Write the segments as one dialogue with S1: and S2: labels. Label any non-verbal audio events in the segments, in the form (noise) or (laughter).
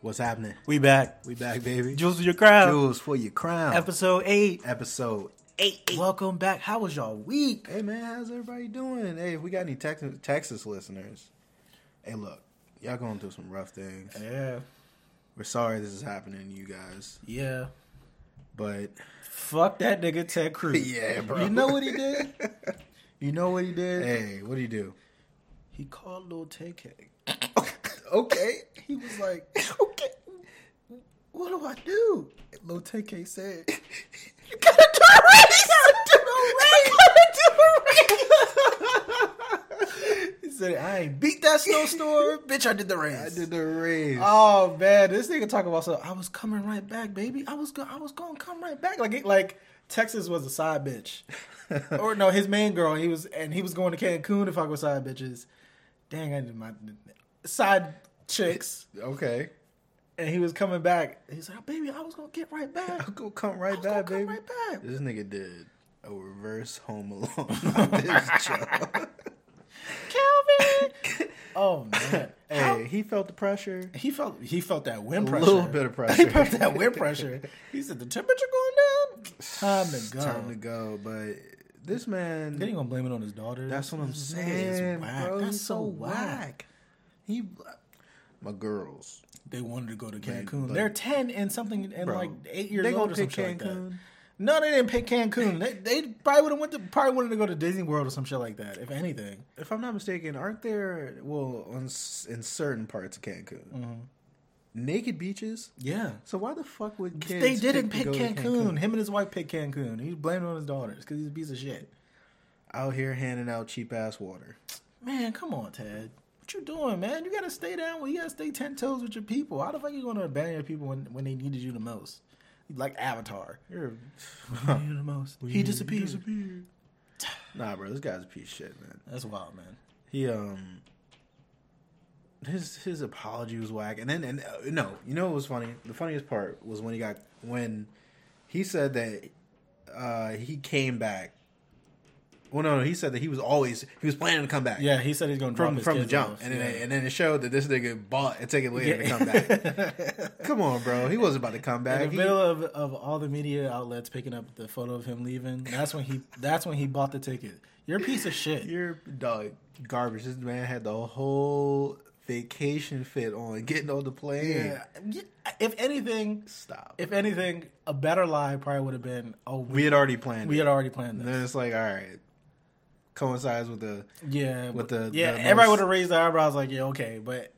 S1: What's happening?
S2: We back.
S1: We back, baby.
S2: Jules of your crowd.
S1: Jules for your crown.
S2: Episode 8.
S1: Episode eight. eight.
S2: Welcome back. How was y'all week?
S1: Hey man, how's everybody doing? Hey, if we got any Texas Texas listeners, hey look, y'all going through some rough things.
S2: Yeah.
S1: We're sorry this is happening to you guys,
S2: Yeah.
S1: but
S2: Fuck that nigga Ted (laughs) Cruz.
S1: (laughs) Yeah, bro.
S2: You know what he
S1: (laughs)
S2: did? you know what he did?
S1: hey, what do you do?
S2: He called Lil Tay (laughs) Tay.
S1: okay.
S2: He was like, (laughs) okay, what do I do? Lil Tay Tay said, (laughs) you gotta do a race. You gotta do a race. (laughs) he said, I ain't beat (laughs) that snowstorm. Bitch, I did the race.
S1: I did the race.
S2: Oh man, this nigga talking about so I was coming right back, baby. I was go- I was going to come right back. Like it, like Texas was a side
S1: (laughs)
S2: bitch, or no, his main girl. He was and he was going to Cancun to fuck with side bitches. Dang, I did my side chicks,
S1: okay.
S2: and he was coming back. He's like, "Oh, baby, I was gonna get right
S1: (laughs)
S2: back.
S1: I'm gonna come right
S2: gonna
S1: back,
S2: come
S1: Oh, baby.
S2: right
S1: (laughs)
S2: back.
S1: This nigga did a reverse home (laughs) alone on this job.
S2: Calvin.
S1: (laughs)
S2: oh man,
S1: Hey,
S2: How-
S1: he felt the pressure.
S2: He felt he felt that wind
S1: A
S2: pressure.
S1: little bit of
S2: (laughs) He
S1: pressure.
S2: felt that wind pressure. He said the temperature going
S1: (laughs)
S2: down. Time to go.
S1: Time to go, but this man
S2: Then he gonna blame it on his daughter.
S1: That's what I'm
S2: This nigga is
S1: saying,
S2: whack.
S1: bro.
S2: That's
S1: He's
S2: so,
S1: so
S2: whack.
S1: He, my girls,
S2: They wanted to go to
S1: Man,
S2: Cancun.
S1: like-
S2: They're ten and something and
S1: Bro,
S2: like eight years
S1: they gonna
S2: old or some
S1: pick
S2: shit like that.
S1: Cancun?
S2: No, they didn't pick Cancun. They, they probably would have went to probably wanted to go to Disney World or some shit like that. If anything,
S1: if I'm not mistaken, aren't there well on, s- in certain parts of Cancun
S2: Mm-hmm.
S1: naked beaches?
S2: yeah.
S1: So why the fuck would kids?
S2: They didn't pick
S1: to go to
S2: Cancun. Him and his wife picked Cancun. He's blamed it on his daughters because he's a piece of shit.
S1: Out here handing out cheap ass water.
S2: Man, come on, Ted. What you doing, man? You gotta stay down. with- You gotta stay ten toes with your people. How the fuck you gonna abandon your people when, when they needed you the most? Like Avatar.
S1: You're (laughs)
S2: When you need the most. He disappeared.
S1: nah, bro. This guy's a piece of shit, man.
S2: That's wild, man.
S1: He um. His his apology was whack, and then and uh, no, you know what was funny? The funniest part was when he got when he said that uh he came back. Well, no, no, he said that he was always he was planning to come back.
S2: Yeah, he said he's gonna drop
S1: from
S2: his
S1: from the
S2: kids
S1: jump,
S2: off.
S1: and then
S2: yeah.
S1: it, and then it showed that this nigga bought and take it later
S2: Yeah.
S1: to come back. come on, bro, he wasn't about to come
S2: in
S1: back.
S2: the
S1: He-
S2: middle of, of all the media outlets picking up the photo of him leaving, that's when he that's when he bought the ticket. You're a piece of shit.
S1: you're dog garbage. This man had the whole vacation fit on getting on the plane.
S2: Yeah. If anything,
S1: Stop.
S2: if anything, a better lie probably would have been, oh, we,
S1: we had already planned,
S2: we
S1: it.
S2: had already planned
S1: and
S2: this.
S1: then it's like, all right, coincides with the
S2: Yeah,
S1: With
S2: but-
S1: the-
S2: yeah,
S1: the
S2: everybody
S1: most-
S2: would have raised their eyebrows like, yeah, okay, but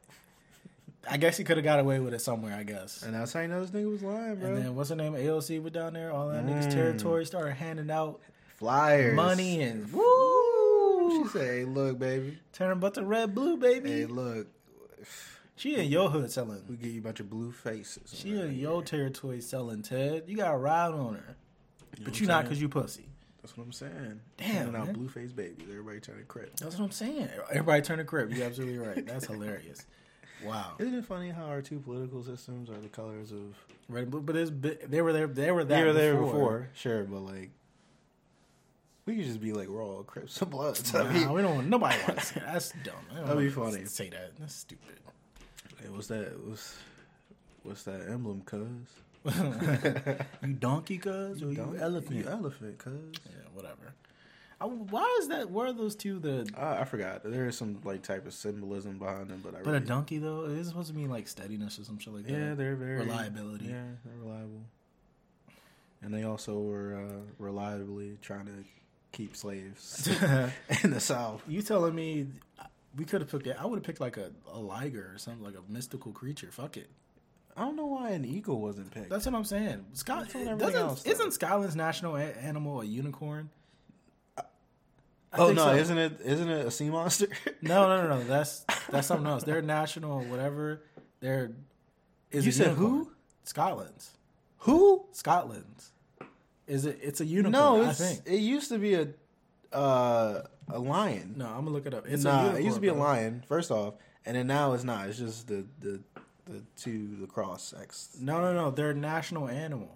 S2: I guess he could have got away with it somewhere. I guess.
S1: and that's how you know this nigga was lying, bro.
S2: And then what's her name? AOC was down there. All that
S1: Mm.
S2: niggas territory started handing out
S1: Flyers,
S2: money and
S1: Woo! She said, "Hey, look, baby.
S2: turn but the red blue baby.
S1: Hey, look.
S2: She in your hood
S1: We
S2: selling.
S1: give you a bunch of blue faces.
S2: She in your territory selling. Ted, you got to ride on her, but you not because you pussy.
S1: That's what I'm saying.
S2: Damn,
S1: Handing out
S2: man.
S1: blue face babies. Everybody trying to crip.
S2: That's what I'm saying. Everybody turn a crib. You're absolutely right. That's hilarious. Wow,
S1: Isn't it funny how our two political systems are the colors of
S2: red and blue. But it's, bi- they were there. They were that.
S1: Sure, but like we could just be like we're all (laughs) crips and bloods. I
S2: Nah,
S1: mean,
S2: we don't want nobody wants that. That's dumb. I don't
S1: That'd be
S2: wanna
S1: funny.
S2: Say that. That's (laughs) stupid.
S1: hey, what's that? What's what's that emblem, cuz? (laughs)
S2: you donkey cuz or you,
S1: Don't-
S2: elephant?
S1: You elephant, cuz.
S2: Yeah, whatever. I, why is that? Where are those two the?
S1: I, I forgot. There is some like type of symbolism behind them, but I
S2: But a
S1: really,
S2: donkey though, it is supposed to mean like steadiness or some shit like that.
S1: yeah, they're very
S2: reliability.
S1: Yeah, they're reliable. And they also were uh, reliably trying to keep
S2: (laughs)
S1: slaves in the South.
S2: You telling me we could have picked it? I would have picked like a, a liger or something like a mystical creature. Fuck it.
S1: I don't know why an eagle wasn't picked.
S2: That's what I'm saying. Scotland
S1: That's what everything
S2: doesn't
S1: else, though.
S2: isn't Scotland's national a- animal a unicorn? I
S1: oh
S2: think
S1: no,
S2: so.
S1: isn't it? Isn't it a sea monster?
S2: (laughs) No,
S1: (laughs)
S2: no, no, no. That's that's something else. They're national, whatever. They're is
S1: You
S2: a
S1: said who?
S2: unicorn. Scotland's.
S1: Who?
S2: Scotland's. Is it? It's a unicorn.
S1: No,
S2: I
S1: it's,
S2: think.
S1: it used to be a uh, a lion.
S2: No, I'm gonna look it up. It's a
S1: nah,
S2: unicorn,
S1: it used to be a
S2: bro.
S1: lion. First off, and then now it's not. It's just the the the two the cross X.
S2: No, no, no. They're a national animal.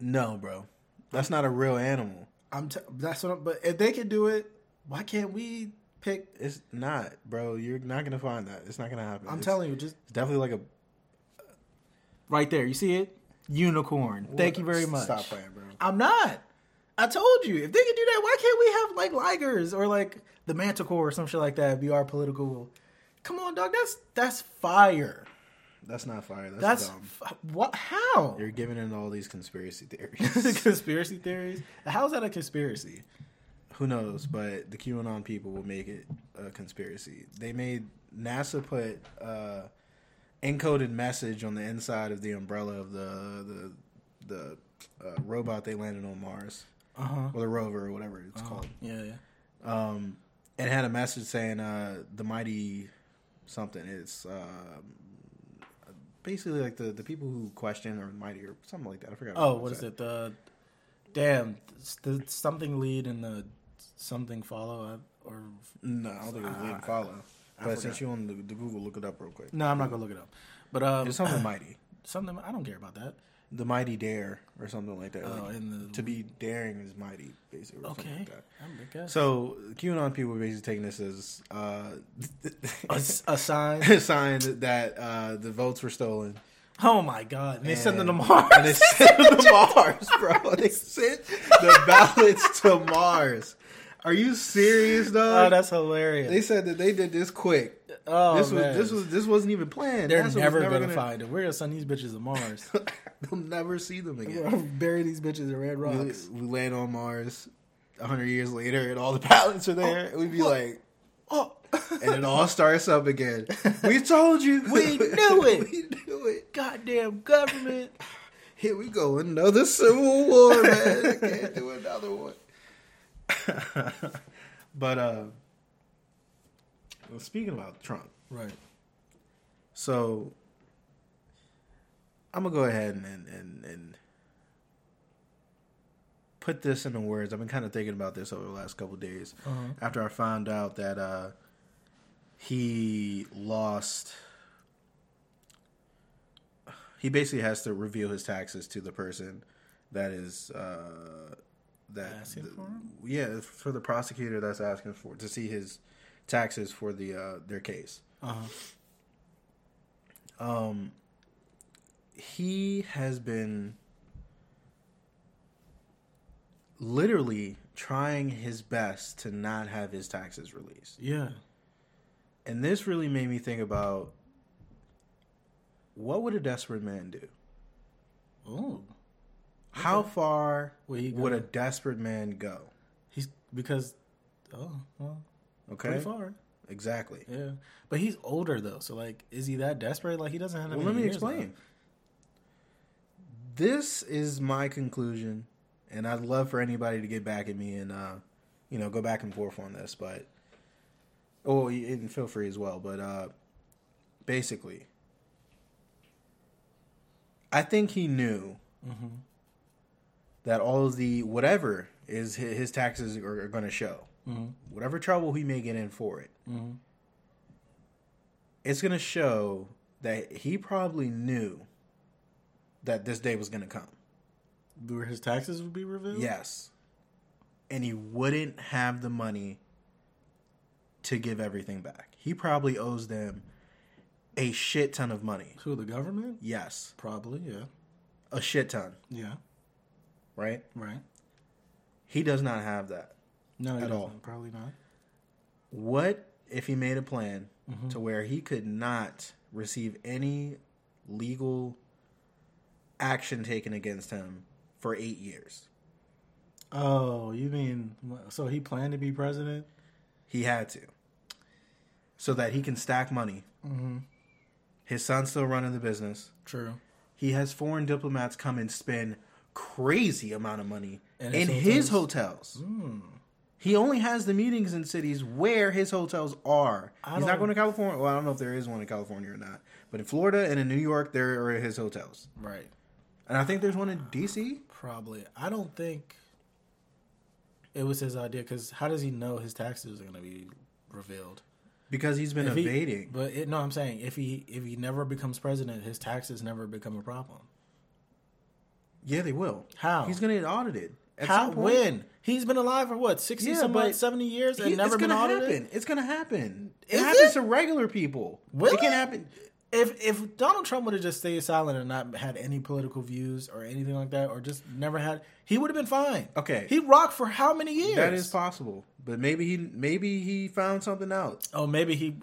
S1: No, bro, that's not a real animal.
S2: I'm. T- that's what. I'm, but if they can do it, why can't we pick?
S1: It's not, bro. You're not gonna find that. It's not gonna happen.
S2: I'm
S1: It's-
S2: telling you, just
S1: it's definitely like a
S2: Right there. You see it? Unicorn. Thank you very much.
S1: Stop playing, bro.
S2: I'm not. I told you, if they could do that, why can't we have like ligers or like the manticore or some shit like that be our political? Come on, dog. That's that's fire.
S1: That's not fire. That's,
S2: That's
S1: dumb.
S2: f- what? How? (laughs)
S1: You're giving in all these conspiracy theories.
S2: conspiracy theories. How is that a conspiracy?
S1: Who knows? But the QAnon people will make it a conspiracy. They made NASA put uh, encoded message on the inside of the umbrella of the the the uh, robot they landed on Mars
S2: Uh huh.
S1: or the rover or whatever it's called.
S2: Yeah, yeah.
S1: um, and had a message saying uh, the mighty something. It's um basically like the, the people who question or mighty or something like that. I forgot.
S2: Oh, what is it? The damn the something lead and the something follow uh, or
S1: No, I don't think it was lead and follow. Ah. but since you on the, the Google, look it up real quick.
S2: no, I'm not gonna look it up. But um,
S1: It's something mighty,
S2: something I don't care about that.
S1: the mighty dare or something like that.
S2: Oh,
S1: Like,
S2: in the
S1: to be daring is mighty, basically. Or
S2: okay,
S1: Something like that.
S2: I'm good.
S1: So QAnon people are basically taking this as uh, (laughs)
S2: a, s- a sign.
S1: a sign that uh, the votes were stolen.
S2: Oh my god! And they send them to
S1: And-
S2: Mars. (laughs)
S1: And they sent them to Mars, bro. They sent the ballots to Mars. Are you serious,
S2: oh,
S1: dog?
S2: that's
S1: they
S2: hilarious.
S1: said that they did this quick.
S2: oh,
S1: this was
S2: man.
S1: this was this wasn't even planned.
S2: They're
S1: That's what was
S2: never, gonna,
S1: gonna-
S2: find it. We're gonna send these bitches
S1: (laughs)
S2: to Mars.
S1: They'll never see them again.
S2: Bury these bitches in red
S1: We, we land on Mars. a hundred years later, and all the (laughs) ballots are there. We'd be like,
S2: Oh,
S1: and it all starts up again. (laughs) We told you.
S2: (laughs) We knew it.
S1: we knew it.
S2: goddamn government!
S1: (laughs) Here we go, another civil war, man. I (laughs) can't do another one. (laughs) but uh well, speaking about Trump,
S2: right.
S1: so I'm gonna go ahead and and, and, and put this into words. I've been kind of thinking about this over the last couple of days
S2: Uh-huh.
S1: after I found out that uh he lost. He basically has to reveal his taxes to the person that is uh, that
S2: Asking
S1: the-
S2: for 'em?
S1: Yeah, for the prosecutor that's asking for to see his taxes for the uh, their case.
S2: Uh huh.
S1: Um, he has been literally trying his best to not have his taxes released.
S2: Yeah.
S1: And this really made me think about what would a desperate man do?
S2: Oh,
S1: How far
S2: Where he
S1: would a
S2: go?
S1: desperate man go?
S2: he's because. Oh, well,
S1: Okay.
S2: pretty far.
S1: Exactly.
S2: Yeah, but he's older though, so like, is he that desperate? Like, he doesn't have. that
S1: Well, let me
S2: many years
S1: explain.
S2: left.
S1: This is my conclusion, and I'd love for anybody to get back at me and uh, you know go back and forth on this, but oh, you- and feel free as well. But uh, basically, I think he knew Mm-hmm. that all of the whatever is hi- his taxes are, are going to show, whatever trouble he may get in for it, it's going to show that he probably knew that this day was going to come.
S2: Where his taxes would be revealed.
S1: Yes. And he wouldn't have the money to give everything back. He probably owes them a shit ton of money.
S2: To the government,
S1: Yes.
S2: probably. Yeah.
S1: A shit ton,
S2: Yeah.
S1: right?
S2: Right.
S1: He does not have that.
S2: No, he
S1: At
S2: doesn't.
S1: all.
S2: Probably not.
S1: What if he made a plan to where he could not receive any legal action taken against him for eight years?
S2: Oh, you mean so he planned to be president?
S1: He had to. So that he can stack money.
S2: Mm-hmm.
S1: His son's still running the business.
S2: True.
S1: He has foreign diplomats come and spend crazy amount of money
S2: And
S1: in
S2: his Mm.
S1: his hotels. He only has the meetings in cities where his hotels are.
S2: I
S1: He's not
S2: don't-
S1: going to California. Well, I don't know if there is one in California or not, but in Florida and in New York, there are his hotels,
S2: Right.
S1: and I think there's one in D.C.
S2: Probably. I don't think it was his idea because how does he know his taxes are going to be revealed?
S1: because he's been
S2: If he-
S1: evading.
S2: but it, no, I'm saying if he if he never becomes president, his taxes never become a problem.
S1: yeah, they will.
S2: How?
S1: He's going to get audited. At
S2: how?
S1: some point,
S2: When? He's been alive for what sixty
S1: Yeah,
S2: some
S1: but
S2: odd, seventy years
S1: he-
S2: and never
S1: it's
S2: been
S1: gonna
S2: audited.
S1: happen. It's going to happen. It
S2: Is
S1: happens
S2: it?
S1: to regular people.
S2: Will
S1: it can
S2: it?
S1: happen.
S2: if if Donald Trump would have just stayed silent and not had any political views or anything like that, or just never had, he would have been fine.
S1: Okay.
S2: he rocked for how many years?
S1: That is possible, but maybe he maybe he found something out.
S2: oh, maybe he,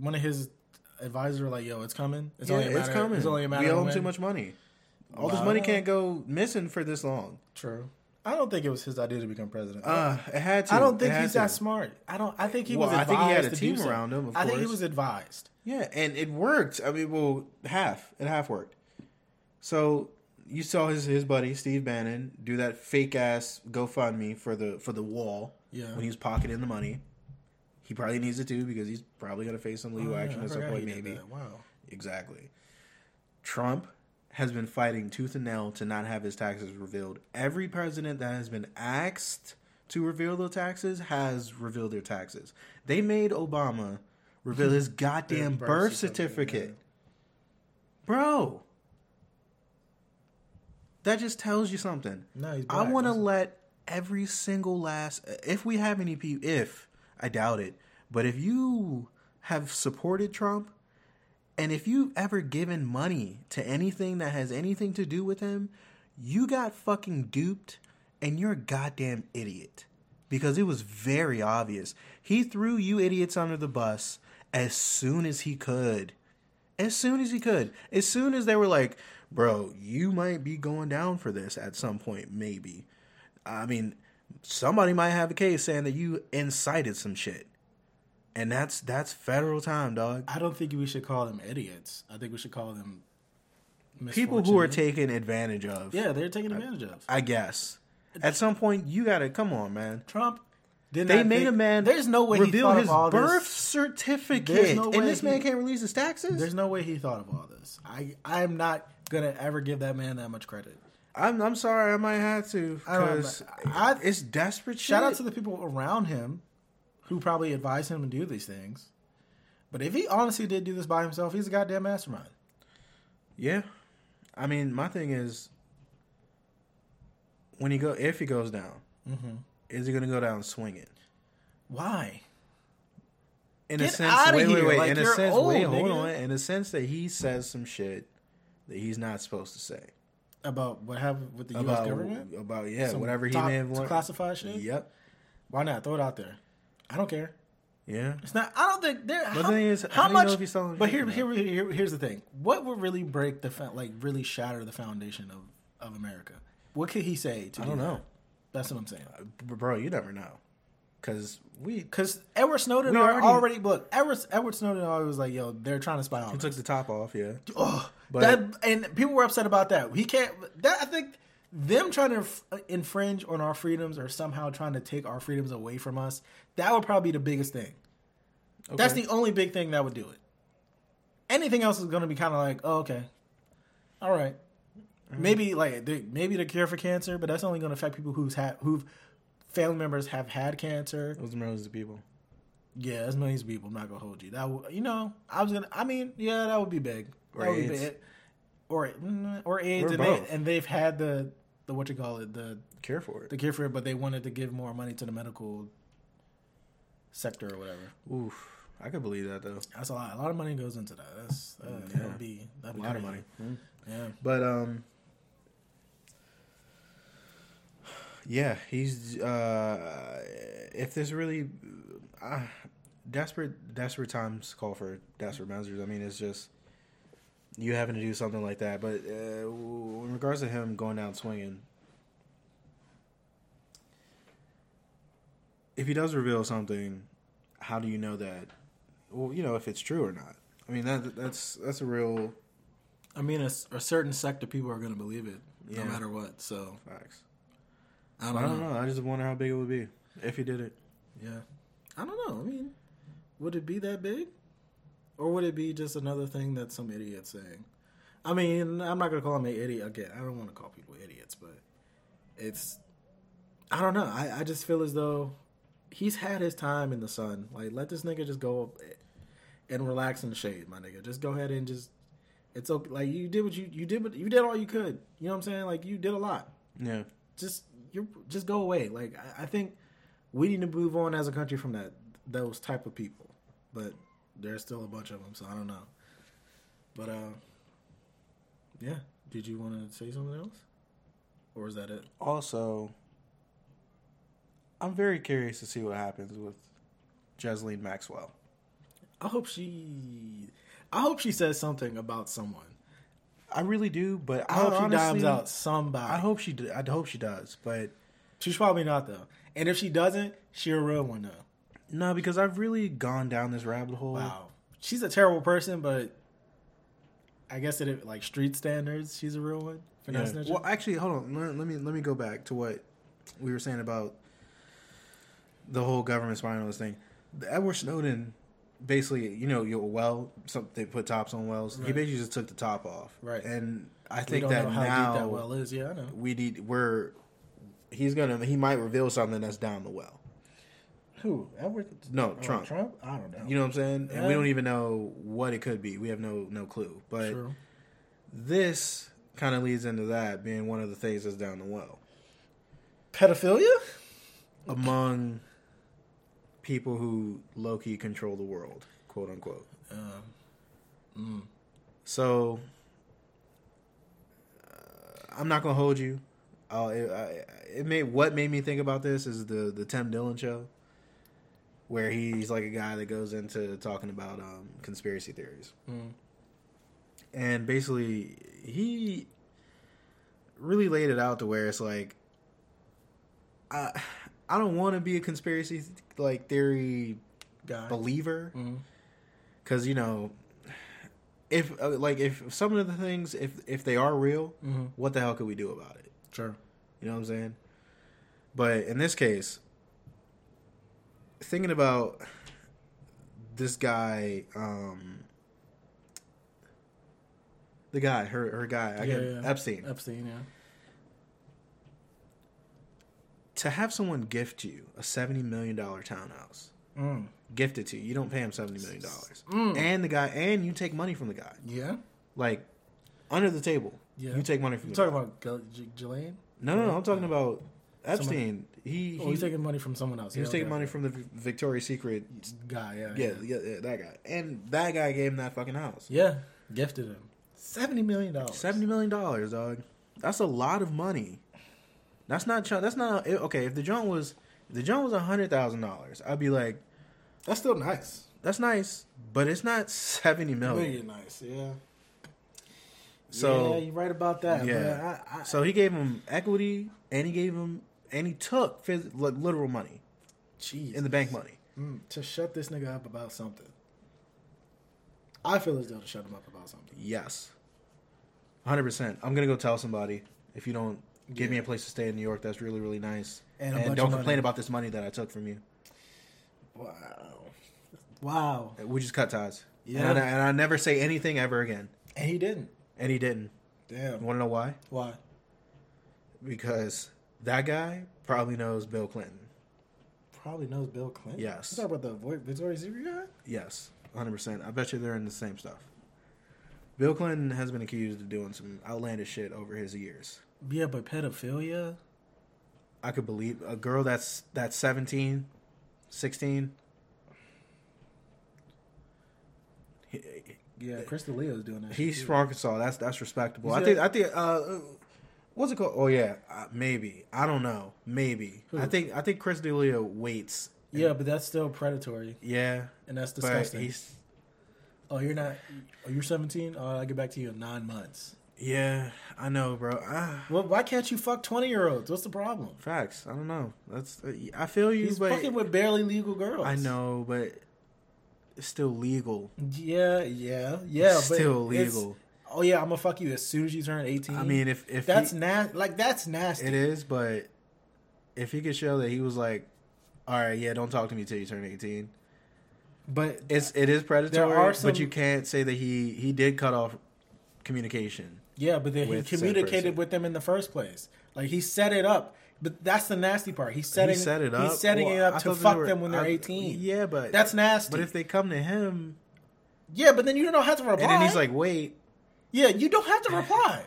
S2: one of his advisors, were like, yo, it's coming. It's
S1: Yeah,
S2: only a matter.
S1: it's coming.
S2: It's only a matter.
S1: we
S2: of
S1: owe him
S2: when."
S1: too much money. All this money
S2: Wow.
S1: can't go missing for this long.
S2: True. I don't think it was his idea to become president.
S1: Uh, it had to.
S2: I
S1: It
S2: don't think
S1: had
S2: he's
S1: to.
S2: that smart. I don't. I think he
S1: Well,
S2: was.
S1: I
S2: Advised
S1: think he had a
S2: to do
S1: team
S2: something.
S1: around him, of
S2: I think he
S1: course.
S2: was advised.
S1: Yeah, and it worked. I mean, well, half it half worked. So you saw his his buddy Steve Bannon do that fake ass GoFundMe for the for the wall.
S2: Yeah.
S1: when he was pocketing the money, he probably needs it too because he's probably gonna face some legal
S2: Oh, Yeah,
S1: action
S2: I
S1: at some
S2: forgot
S1: point.
S2: he did
S1: Maybe
S2: that. Wow.
S1: exactly. Trump has been fighting tooth and nail to not have his taxes revealed. Every president that has been asked to reveal their taxes has revealed their taxes. They made Obama reveal
S2: (laughs)
S1: his goddamn
S2: birth
S1: birth,
S2: certificate,
S1: certificate. Bro. That just tells you something.
S2: No, he's
S1: I
S2: black,
S1: want to
S2: that's-
S1: let every single last if we have any people if I doubt it, but if you have supported Trump and if you've ever given money to anything that has anything to do with him, you got fucking duped and you're a goddamn idiot. Because it was very obvious. He threw you idiots under the bus as soon as he could. As soon as he could. As soon as they were like, bro, you might be going down for this at some point, maybe. I mean, somebody might have a case saying that you incited some shit. And that's that's federal time, dog.
S2: I don't think we should call them idiots. I think we should call them
S1: people who are
S2: misfortunate.
S1: taken advantage of.
S2: yeah, they're taken advantage of.
S1: I guess. At some point, you gotta come on, man.
S2: Trump. Did
S1: They
S2: not
S1: made
S2: think-
S1: a man.
S2: There's no way he
S1: reveal
S2: thought
S1: his
S2: of all
S1: birth
S2: this.
S1: certificate,
S2: no way
S1: and this man
S2: he-
S1: can't release his taxes.
S2: There's no way he thought of all this. I I am not gonna ever give that man that much credit.
S1: I'm I'm sorry, I might have to
S2: I don't know,
S1: because
S2: I-
S1: it's desperate.
S2: Shout out
S1: shit.
S2: to the people around him who probably advised him to do these things. But if he honestly did do this by himself, he's a goddamn mastermind.
S1: yeah. I mean, my thing is when he go if he goes down, Mm-hmm. is he gonna go down swinging?
S2: Why?
S1: in a
S2: Get
S1: sense,
S2: outta
S1: wait,
S2: here.
S1: wait, wait.
S2: Like,
S1: in a
S2: you're
S1: sense,
S2: old,
S1: wait, hold
S2: nigga.
S1: on. In a sense that he says some shit that he's not supposed to say
S2: About what happened with the
S1: about
S2: U.S. government?
S1: about yeah,
S2: Some
S1: whatever he
S2: top-
S1: may have wanted.
S2: classified shit?
S1: Yep.
S2: Why not? Throw it out there. I don't care.
S1: Yeah.
S2: It's not. I don't think there.
S1: But
S2: how,
S1: the thing is,
S2: how
S1: how do you
S2: much?
S1: know if he's selling
S2: but
S1: shit
S2: here,
S1: or
S2: here, here, here's the thing. What would really break the fa- like really shatter the foundation of of America? What could he say? To
S1: I don't
S2: that?
S1: know,
S2: That's what I'm saying.
S1: B- bro. You never know, because we
S2: Because Edward Snowden
S1: We
S2: are
S1: already-
S2: already, look. Edward Edward Snowden always was like, yo, they're trying to spy on.
S1: we
S2: us.
S1: took the top off. Yeah.
S2: Ugh,
S1: But-
S2: that and people were upset about that. He can't. That I think them trying to inf- infringe on our freedoms or somehow trying to take our freedoms away from us. That would probably be the biggest thing. That's
S1: Okay.
S2: the only big thing that would do it. Anything else is going to be kind of like, oh, okay, all right.
S1: Mm-hmm.
S2: Maybe like they, maybe the cure for cancer, but that's only going to affect people who's had who've family members have had cancer.
S1: Those millions of people.
S2: Yeah, that's millions of people. I'm not gonna hold you. That would, you know, I was gonna. I mean, yeah, that would be big.
S1: Or
S2: that would
S1: AIDS.
S2: be big. Or mm, or AIDS,
S1: Or
S2: and, they,
S1: both.
S2: and they've had the the what you call it the
S1: Care for it.
S2: the cure for it, but they wanted to give more money to the medical sector or whatever.
S1: Oof. I could believe that though.
S2: That's a lot. A lot of money goes into that. That's uh, that would be that'd
S1: A
S2: be
S1: lot of money.
S2: crazy. Yeah.
S1: But um yeah, he's uh if there's really uh, desperate desperate times call for desperate measures. I mean, it's just you having to do something like that, but uh, in regards to him going down swinging, if he does reveal something, how do you know that? Well, you know if it's true or not. I mean, that that's that's a real
S2: I mean, a, s- a certain sector people are gonna believe it
S1: Yeah.
S2: no matter what. So
S1: facts.
S2: I don't,
S1: I don't
S2: know.
S1: know. I just wonder how big it would be if he did it.
S2: Yeah. I don't know. I mean, would it be that big? Or would it be just another thing that some idiot's saying? I mean, I'm not going to call him an idiot again. I don't want to call people idiots, but it's. I don't know. I, I just feel as though he's had his time in the sun. Like, let this nigga just go up and relax in the shade, my nigga. Just go ahead and just. It's okay. Like you did what you you did what you did all you could. You know what I'm saying? Like you did a lot
S1: Yeah.
S2: just you just go away. Like I, I think we need to move on as a country from that those type of people, but there's still a bunch of them. So I don't know. But uh, yeah. Did you want to say something else, or is that it?
S1: Also, I'm very curious to see what happens with Jeslyn Maxwell.
S2: I hope she, I hope she says something about someone.
S1: I really do, but
S2: I hope she
S1: Oh, honestly,
S2: dimes out somebody.
S1: I hope she. Do, I hope she does, but
S2: She's probably not though. And if she doesn't, she a real one though.
S1: no, because I've really gone down this rabbit hole.
S2: Wow, she's a terrible person, but I guess it like street standards, she's a real one. For not
S1: Yeah.
S2: snitching.
S1: Well, actually, hold on. Let, let me let me go back to what we were saying about the whole government spying on this thing. The Edward Snowden, basically, you know, your well, some, they put tops on wells. He
S2: Right.
S1: basically just took the top off.
S2: Right.
S1: And I
S2: we
S1: think
S2: don't
S1: that
S2: know how
S1: now
S2: deep that well is. Yeah, I know.
S1: we need we're he's gonna he might reveal something that's down the well.
S2: Who? Edward?
S1: No,
S2: oh,
S1: Trump.
S2: Trump? I don't know.
S1: You know what I'm saying? And we
S2: Yeah.
S1: don't even know what it could be. We have no no clue. But
S2: True.
S1: this kind of leads into that being one of the things that's down the well.
S2: Pedophilia?
S1: among people who low key control the world, quote unquote.
S2: Um,
S1: So uh, I'm not gonna hold you. Uh, it, I, it made what made me think about this is the the Tim Dillon show, where he's like a guy that goes into talking about um, conspiracy theories,
S2: Mm.
S1: and basically he really laid it out to where it's like, I I don't want to be a conspiracy like theory
S2: guy.
S1: believer
S2: Mhm.
S1: because you know if uh, like if some of the things if if they are real
S2: Mhm.
S1: what the hell could we do about it
S2: Sure.
S1: you know what i'm saying but in this case thinking about this guy um the guy her her guy i
S2: Yeah,
S1: get
S2: yeah.
S1: epstein
S2: Epstein, yeah.
S1: to have someone gift you a 70 million dollar townhouse
S2: Mm.
S1: gift it to you you don't pay him 70 million dollars
S2: Mm.
S1: and the guy and you take money from the guy
S2: Yeah?
S1: like under the table.
S2: Yeah.
S1: You take money from.
S2: You
S1: the
S2: talking about Gil- G- Gillian?
S1: no, no, no. I'm talking about Epstein. He he,
S2: Oh, he's taking money from someone else.
S1: he was
S2: Yeah,
S1: taking
S2: okay,
S1: money
S2: okay.
S1: from the V- Victoria's Secret.
S2: guy, yeah.
S1: Yeah, yeah, yeah, that guy. And that guy gave him that fucking house.
S2: Yeah. Gifted him. Seventy million dollars.
S1: Seventy million dollars, dog. That's a lot of money. That's not. chunk- That's not. it- Okay, if the joint was if the joint was a hundred thousand dollars, I'd be like,
S2: That's still nice.
S1: that's nice, but it's not seventy
S2: Really
S1: million.
S2: nice, yeah.
S1: So
S2: yeah, you're right about that.
S1: Yeah.
S2: Yeah. I, I,
S1: so he gave him equity, and he gave him and he took phys- like literal money
S2: jeez.
S1: in the bank money.
S2: Mm, to shut this nigga up about something. I feel as though to shut him up about something.
S1: Yes. 100%. I'm going to go tell somebody if you don't give me a place to stay in New York that's really really nice
S2: And
S1: and,
S2: a bunch
S1: don't
S2: of
S1: complain
S2: money.
S1: about this money that I took from you.
S2: Wow. Wow.
S1: We just cut ties.
S2: Yeah.
S1: And I, and I never say anything ever again.
S2: And he didn't.
S1: And he didn't. You
S2: Damn.
S1: want to know why?
S2: Why?
S1: Because that guy probably knows Bill Clinton.
S2: Probably knows Bill Clinton.
S1: Yes.
S2: You talking about the Vo- Victoria's Secret guy?
S1: Yes. 100%. I bet you they're in the same stuff. Bill Clinton has been accused of doing some outlandish shit over his years.
S2: Yeah, but pedophilia?
S1: I could believe a girl that's that's 17, 16. He,
S2: Yeah, Crystal Leo's doing that.
S1: he's
S2: shit,
S1: from Arkansas. That's that's respectable.
S2: He's
S1: I think I think uh, what's it called? Oh yeah, uh, maybe I don't know. Maybe
S2: Who?
S1: I think I think Chris D'Elia waits.
S2: too. Yeah, but that's still predatory,
S1: Yeah,
S2: and that's
S1: but
S2: disgusting.
S1: he's
S2: Oh, you're not. Oh, you're 17. Oh, I'll get back to you in nine months.
S1: yeah. I know, bro. Ah,
S2: Well, why can't you fuck 20 year olds? What's the problem?
S1: facts. I don't know. That's uh, I feel you,
S2: He's
S1: but
S2: fucking with barely legal girls.
S1: I know, but it's still legal.
S2: Yeah, yeah, yeah.
S1: It's
S2: but
S1: still
S2: it's-
S1: legal.
S2: Oh yeah, I'm gonna fuck you as soon as you turn 18.
S1: I mean, if if
S2: that's
S1: he-
S2: na Like that's nasty.
S1: It is, but if he could show that he was like, all right, yeah, don't talk to me till you turn eighteen.
S2: But
S1: It's it is predatory,
S2: There are some-
S1: but you can't say that he he did cut off communication.
S2: yeah, but then he
S1: With said person.
S2: communicated with them in the first place. Like he set it up. But that's the nasty part. He's setting
S1: he set it up.
S2: He's setting
S1: Well,
S2: it up
S1: I
S2: to
S1: thought they
S2: fuck
S1: were-
S2: them when they're
S1: I-
S2: 18.
S1: Yeah, but
S2: that's nasty.
S1: But if they come to him
S2: yeah, but then you don't have to reply.
S1: and then he's like, wait,
S2: yeah, you don't have to reply.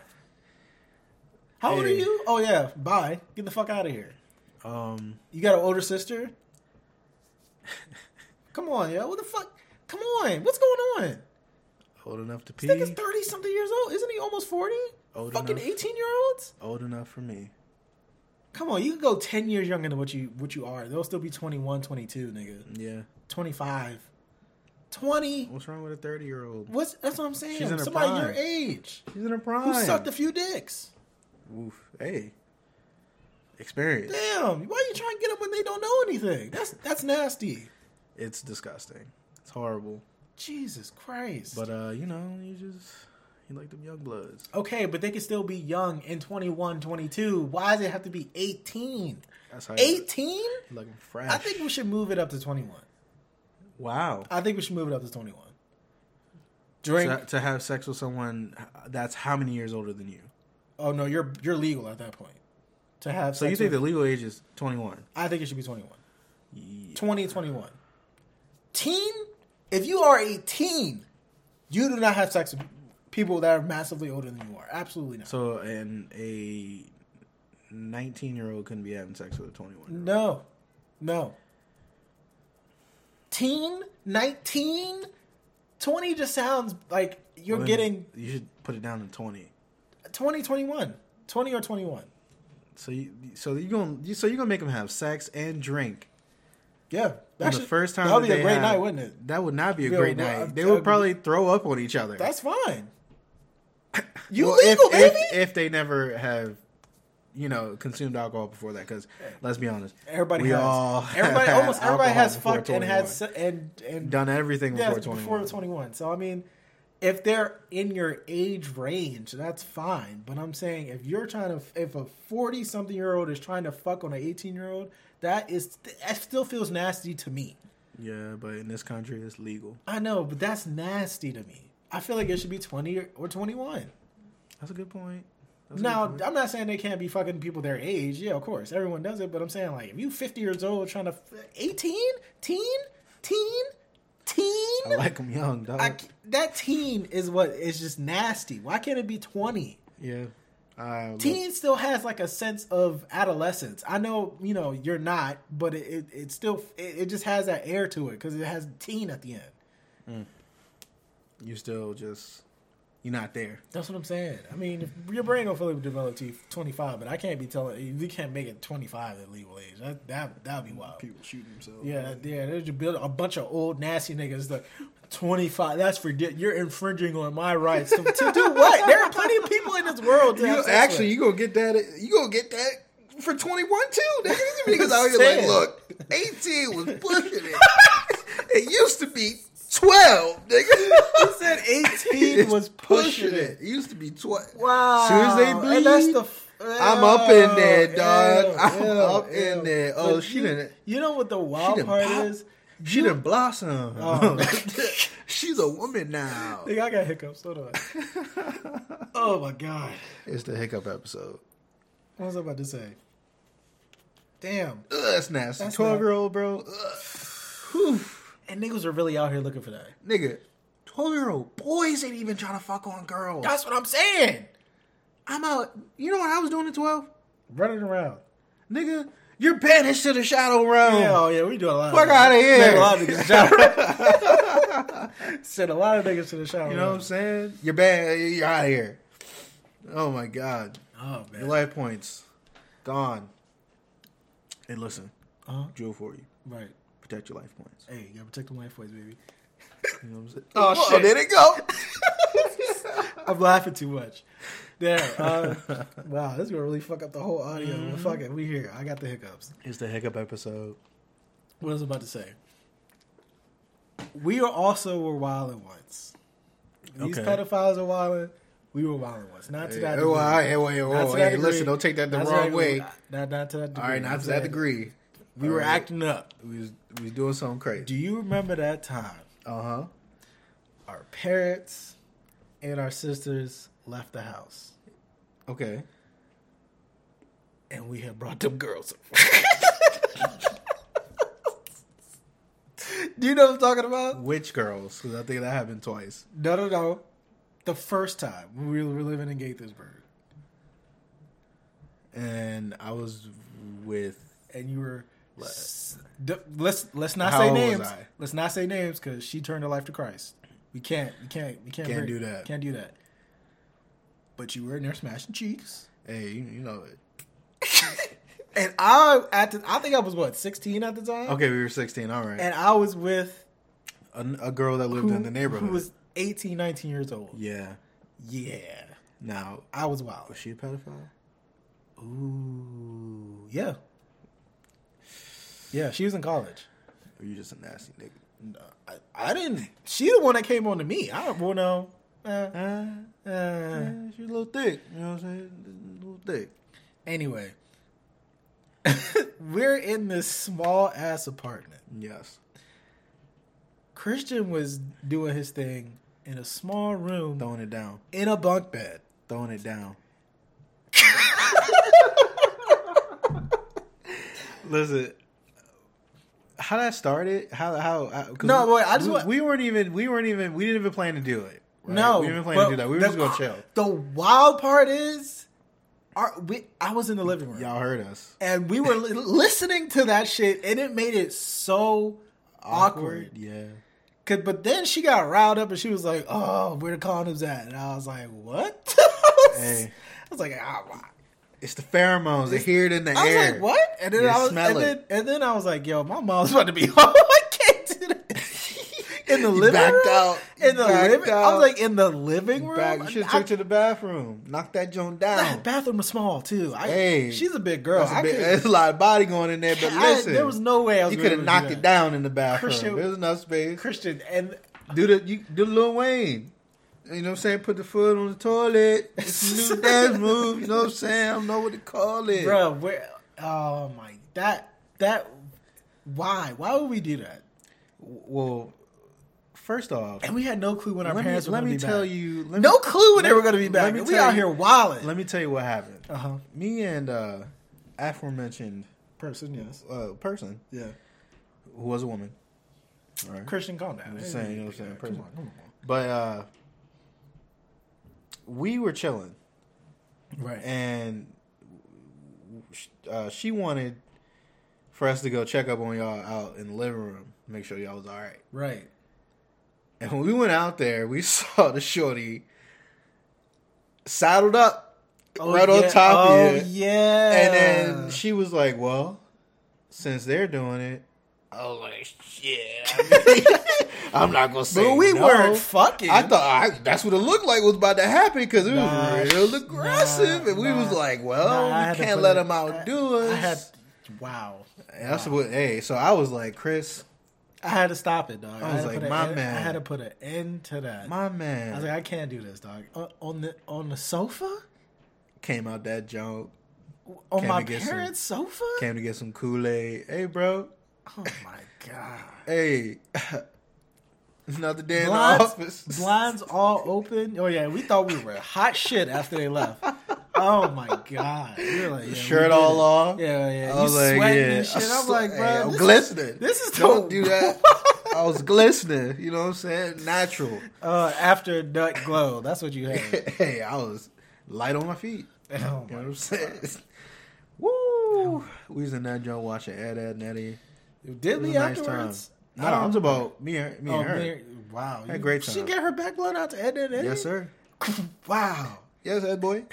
S2: How old are
S1: Hey.
S2: you? Oh yeah, bye. Get the fuck out of here.
S1: um,
S2: You got an older sister? Come on, yo. What the fuck? Come on. What's going on?
S1: Old enough to pee.
S2: This nigga's thirty something years old. Isn't he almost forty?
S1: Old
S2: Fucking
S1: enough.
S2: eighteen year olds.
S1: Old enough for me.
S2: Come on, you can go ten years younger than what you what you are. They'll still be 21, 22, nigga.
S1: Yeah.
S2: 25. 20.
S1: What's wrong with a thirty year old?
S2: What's that's what I'm saying.
S1: She's in her
S2: Somebody
S1: prime.
S2: your age
S1: She's in her prime.
S2: who sucked a few dicks.
S1: Oof. Hey. Experience.
S2: Damn, why you trying to get them when they don't know anything? That's that's nasty.
S1: It's disgusting. It's horrible.
S2: Jesus Christ.
S1: But uh, you know, you just you like them young bloods.
S2: okay, but they can still be young in 21, 22. Why does it have to be 18?
S1: That's how you-
S2: 18?
S1: you like them fresh.
S2: I think we should move it up to 21.
S1: wow.
S2: I think we should move it up to 21. Drink.
S1: To, to have sex with someone uh, that's how many years older than you.
S2: oh no, you're you're legal at that point. To have
S1: So you
S2: sex
S1: think
S2: with-
S1: the legal age is twenty one?
S2: I think it should be 21. 2021. Teen? If you are 18, you do not have sex with people that are massively older than you are. Absolutely not.
S1: So and a nineteen year old couldn't be having sex with a twenty one.
S2: no. No. Teen? 19? 20 just sounds like you're getting
S1: You should put it down to twenty.
S2: 20, 21. 20 or 21.
S1: So you so you gonna you, so you gonna make them have sex and drink.
S2: Yeah.
S1: On the first time
S2: that would be
S1: they
S2: a great
S1: have-
S2: night, wouldn't it?
S1: That would not be a
S2: Yeah,
S1: great
S2: well,
S1: night.
S2: I'm
S1: They
S2: telling
S1: would probably throw up on each other. (coughs)
S2: That's fine. You
S1: Well,
S2: legal,
S1: if,
S2: baby?
S1: If, if they never have, you know, consumed alcohol before that, because let's be honest,
S2: Everybody
S1: we
S2: has.
S1: all (laughs)
S2: everybody
S1: have
S2: almost everybody
S1: alcohol
S2: has
S1: before
S2: fucked and had
S1: 21.
S2: se- and and
S1: done everything
S2: yeah,
S1: before
S2: before,
S1: twenty.
S2: 21. So I mean, if they're in your age range, that's fine. But I'm saying if you're trying to if a 40 something year old is trying to fuck on an 18 year old, that is that still feels nasty to me.
S1: Yeah, but in this country, it's legal.
S2: I know, but that's nasty to me. I feel like it should be 20 or, or 21.
S1: That's a good point. That's a
S2: Now,
S1: good point.
S2: I'm not saying they can't be fucking people their age. Yeah, of course, everyone does it. But I'm saying like, if you 50 years old trying to f- 18, teen, teen, teen,
S1: I (laughs) like them young, dog.
S2: I c- that teen is what is just nasty. Why can't it be 20?
S1: yeah, Uh, I love-
S2: Teen still has like a sense of adolescence. I know, you know, you're not, but it, it, it still, it, it just has that air to it because it has teen at the end.
S1: you still just you're not there.
S2: That's what I'm saying. I mean, if your brain don't fully develop to 25, but I can't be telling you can't make it 25 at legal age. That that that'd be wild.
S1: People shoot themselves.
S2: Yeah, yeah. There's just build a bunch of old nasty niggas like 25. That's for di- you're infringing on my rights to, to do what? There are plenty of people in this world. To
S1: You
S2: have sex
S1: actually,
S2: with.
S1: you gonna get that? You gonna get that for twenty one too? nigga.
S2: (laughs)
S1: These niggas out here
S2: Saying.
S1: like, look, eighteen was pushing it. (laughs) it used to be twelve, nigga.
S2: You said 18 was pushing it.
S1: It used to be twelve.
S2: Wow.
S1: Soon as they bleed,
S2: And that's the. F-
S1: I'm up in there,
S2: Ew,
S1: dog.
S2: ew,
S1: I'm
S2: ew,
S1: up
S2: ew.
S1: in there. Oh,
S2: But
S1: she
S2: you,
S1: didn't.
S2: You know what the wild
S1: done
S2: part
S1: pop-
S2: is?
S1: She done blossom.
S2: Oh.
S1: (laughs) She's a woman now.
S2: Nigga, I got hiccups. Hold on.
S1: (laughs)
S2: oh my god.
S1: It's the hiccup episode.
S2: What was I about to say? Damn.
S1: Ugh, that's nasty.
S2: That's
S1: Twelve year old, bro. Ugh. Whew.
S2: And niggas are really out here looking for that.
S1: Nigga, twelve year old boys ain't even trying to fuck on girls.
S2: That's what I'm saying.
S1: I'm out. You know what I was doing at twelve,
S2: Running around.
S1: nigga. You're banished to the shadow realm.
S2: Yeah, oh yeah, we do a lot.
S1: Fuck
S2: of that.
S1: outta here.
S2: Send a lot of
S1: (laughs)
S2: niggas to the shower. Send a lot of niggas to the shower.
S1: You know what I'm saying? You're bad. You're out of here. Oh my god.
S2: Oh man.
S1: Your life points gone. Hey, listen,
S2: uh-huh.
S1: drill for you.
S2: Right.
S1: Protect your life points.
S2: Hey, you gotta protect them lifeways, baby.
S1: You know what I'm saying?
S2: Oh,
S1: Whoa,
S2: shit.
S1: There it go.
S2: I'm laughing too much. Damn. Uh,
S1: (laughs)
S2: wow, this is gonna really fuck up the whole audio.
S1: Mm-hmm.
S2: But fuck it, we here. I got the hiccups.
S1: it's the hiccup episode.
S2: What was I about to say? We are also were wilding once. These
S1: Okay.
S2: pedophiles are wilding. We were wilding once. Not to
S1: Hey, oh,
S2: that
S1: hey,
S2: degree.
S1: whoa, hey, whoa, hey, whoa,
S2: Not to
S1: hey,
S2: that
S1: listen,
S2: degree.
S1: don't take that the
S2: Not to
S1: wrong
S2: degree.
S1: way.
S2: Not, not to that degree.
S1: All right, not
S2: I'm
S1: to that
S2: saying
S1: degree.
S2: We were
S1: All right.
S2: acting up.
S1: We was, we was doing something
S2: Do
S1: crazy.
S2: you remember that time
S1: Uh huh.
S2: our parents and our sisters left the house
S1: Okay.
S2: and we had brought them girls? Do you know what I'm talking about?
S1: Witch girls, because I think that happened twice.
S2: No, no, no. The first time when we were living in Gaithersburg.
S1: And I was with.
S2: and you were
S1: Let-
S2: s- d- let's let's not
S1: How
S2: say
S1: old was
S2: names.
S1: I?
S2: Let's not say names because she turned her life to Christ. We can't. We can't. We can't,
S1: Can't do
S2: bring-
S1: that.
S2: Can't do that. But you were in there
S1: (laughs)
S2: smashing cheeks,
S1: Hey, you, you know it.
S2: and I at the, I think I was what sixteen at the time.
S1: Okay, we were 16. All right.
S2: And I was with
S1: A, a girl that lived
S2: who,
S1: in the neighborhood.
S2: who was 18, 19 years old.
S1: yeah.
S2: Yeah,
S1: Now,
S2: I was wild.
S1: was she a pedophile?
S2: Ooh, yeah, yeah. She was in college.
S1: Or you just a nasty nigga?
S2: No, I, I didn't. She the one that came on to me. I don't well, no. Uh,
S1: Uh,
S2: uh.
S1: yeah, she's a little thick. You know what I'm saying? A little thick.
S2: Anyway, (laughs) we're in this small ass apartment.
S1: Yes.
S2: Christian was doing his thing in a small room
S1: Throwing it down.
S2: in a bunk bed.
S1: Throwing it down. (laughs) Listen, how that started? How how? how 'cause
S2: No,
S1: we-
S2: wait, I just
S1: we,
S2: want-
S1: we weren't even we weren't even we didn't even plan to do it. right?
S2: No,
S1: we didn't even plan
S2: but
S1: to do that. We were just gonna chill.
S2: The wild part is, our, we, I was in the living room
S1: Y'all heard us.
S2: and we were li- listening to that shit, and it made it so awkward.
S1: Yeah.
S2: Cause, but then she got riled up and she was like, "Oh, where the condoms at?" And I was like, "What?" (laughs) I, was,
S1: Hey.
S2: I was like, "Ah, why?"
S1: It's the pheromones. They hear it in the
S2: I was
S1: air.
S2: like, "What?" And then
S1: You
S2: I was,
S1: smell
S2: and
S1: it.
S2: then, and then I was like, "Yo, my mom's about to be (laughs) home. I can't do that." In
S1: (laughs)
S2: the
S1: You
S2: living
S1: backed
S2: room,
S1: out. You
S2: in the
S1: backed
S2: living, I
S1: out.
S2: was like, in the living room.
S1: Back, you should
S2: I-
S1: have took to the bathroom. Knock that joint down.
S2: that bathroom was small too. I,
S1: Hey.
S2: she's a big girl.
S1: That's a
S2: I
S1: bit-
S2: couldn't-
S1: there's a lot of body going in there, (laughs) but
S2: I-
S1: listen,
S2: there was no way I was
S1: you
S2: gonna
S1: could have
S2: do
S1: knocked
S2: that.
S1: it down in the bathroom.
S2: Christian-
S1: there was enough space.
S2: Christian and
S1: Do the you, do Lil Wayne. You know what I'm saying? Put the foot on the toilet. It's a new
S2: (laughs)
S1: dance move. You know what I'm saying? I don't know what to call it.
S2: bro, where? Oh my, that that. Why? Why would we do that?
S1: Well, first off,
S2: And we had no clue when our
S1: let me,
S2: parents were
S1: let
S2: going
S1: me
S2: to be
S1: tell
S2: back.
S1: you. Let me,
S2: no clue when they
S1: let-
S2: were going to be
S1: let
S2: back.
S1: me
S2: And we
S1: tell
S2: out
S1: you-
S2: here wilding.
S1: Let me tell you what happened.
S2: uh huh.
S1: Me and uh, aforementioned
S2: Person, yes.
S1: uh, person
S2: Yeah.
S1: who was a woman. All right.
S2: Christian, calm down.
S1: I'm just saying, you know what I'm saying,
S2: Come
S1: person.
S2: on, come on.
S1: But uh, we were chilling,
S2: Right.
S1: and uh, she wanted for us to go check up on y'all out in the living room, make sure y'all was all right. (laughs)
S2: right.
S1: And when we went out there, we (laughs) saw the shorty saddled up right on top
S2: oh,
S1: of you,
S2: yeah.
S1: and then she was like, "Well, since they're doing it." I was like, (laughs) shit. I am not gonna say.
S2: but we
S1: no.
S2: weren't fucking.
S1: I thought I, that's what it looked like was about to happen because it was
S2: Nah,
S1: real aggressive,
S2: nah,
S1: and we
S2: nah.
S1: was like,
S2: Nah,
S1: "Well,
S2: I had
S1: we
S2: to
S1: oh, can't
S2: put
S1: let
S2: it-
S1: them outdo
S2: I,
S1: us."
S2: I had. Wow.
S1: And that's what. Hey, so I was like, "Chris,
S2: I had to stop it, dog.
S1: I was
S2: had to
S1: like,
S2: put an
S1: my
S2: end-
S1: man.
S2: I had to put an end to that.
S1: my
S2: I
S1: man
S2: was like, I can't do this, dog. On- On the on the sofa,
S1: came out that junk,
S2: on
S1: Came
S2: my
S1: to get some-
S2: parents' sofa.
S1: came to get some Kool Aid. Hey, bro.
S2: Oh my god!
S1: Hey, (laughs) another day in the
S2: Blinds,
S1: office. (laughs)
S2: blinds all open. Oh yeah, we thought we were hot shit after they left. Oh my god! We were like, yeah, we
S1: Shirt
S2: did
S1: all
S2: it.
S1: off.
S2: Yeah, yeah.
S1: I
S2: You
S1: was like,
S2: sweating
S1: yeah.
S2: and shit.
S1: I
S2: I'm like,
S1: hey,
S2: bro,
S1: I'm
S2: this is-
S1: glistening.
S2: this is
S1: don't
S2: the-
S1: do that. I was glistening. You know what I'm saying? Natural.
S2: (laughs) Uh, after nut glow, that's what you had.
S1: (laughs) hey, I was light on my feet.
S2: (laughs) Oh
S1: You know
S2: my
S1: what I'm saying?
S2: (laughs)
S1: Woo! We was in that joint watching Ed, Ed, Nettie.
S2: Did
S1: It was
S2: we
S1: a nice time.
S2: afterwards?
S1: No,
S2: I don't-
S1: I'm talking about me and, me
S2: Oh,
S1: and her.
S2: me and- wow,
S1: Had a great
S2: She
S1: time.
S2: get her back blown out to Ed Ed Ed.
S1: Yes, sir.
S2: Wow.
S1: Yes, Ed
S2: (laughs)
S1: boy.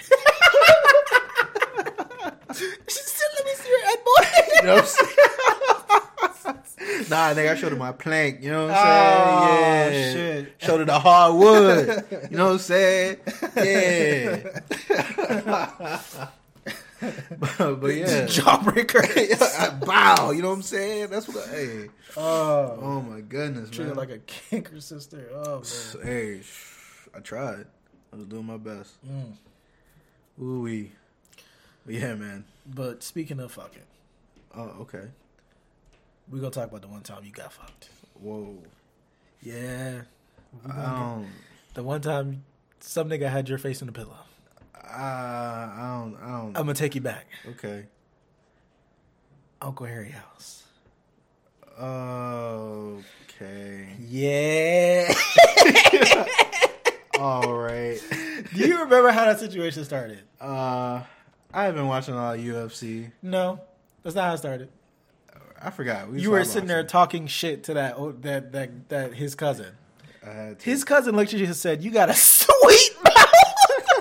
S2: She said, "Let me see your Ed boy."
S1: You
S2: (laughs)
S1: know what I'm saying? (laughs) nah, nigga, I showed her my plank. You know what I'm saying?
S2: Oh,
S1: yeah.
S2: shit.
S1: Showed her the hardwood. you
S2: (laughs)
S1: know what I'm saying? Yeah. (laughs) but, but yeah.
S2: (laughs) Jawbreaker.
S1: I bow. You know what I'm saying? That's what. I, hey.
S2: (laughs) oh,
S1: Oh my goodness,
S2: treat her
S1: man.
S2: like a canker sister. Oh man.
S1: Hey, sh- I tried. I was doing my best.
S2: Mm.
S1: Ooh wee. Yeah, man.
S2: But speaking of fucking,
S1: Oh, okay.
S2: we gonna talk about the one time you got fucked.
S1: Whoa.
S2: Yeah,
S1: Um,
S2: the one time some nigga had your face in the pillow.
S1: I, I don't. I don't.
S2: I'm gonna take you back,
S1: okay.
S2: Uncle Harry house.
S1: Okay.
S2: (laughs) Yeah.
S1: All right. (laughs)
S2: Do you remember how that situation started?
S1: Uh, I have been watching a lot of UFC.
S2: No, that's not how it started.
S1: I forgot. We
S2: You
S1: saw
S2: were
S1: about
S2: sitting there
S1: some-
S2: talking shit to that old- that that that his cousin.
S1: I had to.
S2: His cousin looked at you and said, "You got a (laughs) sweet mouth." (laughs)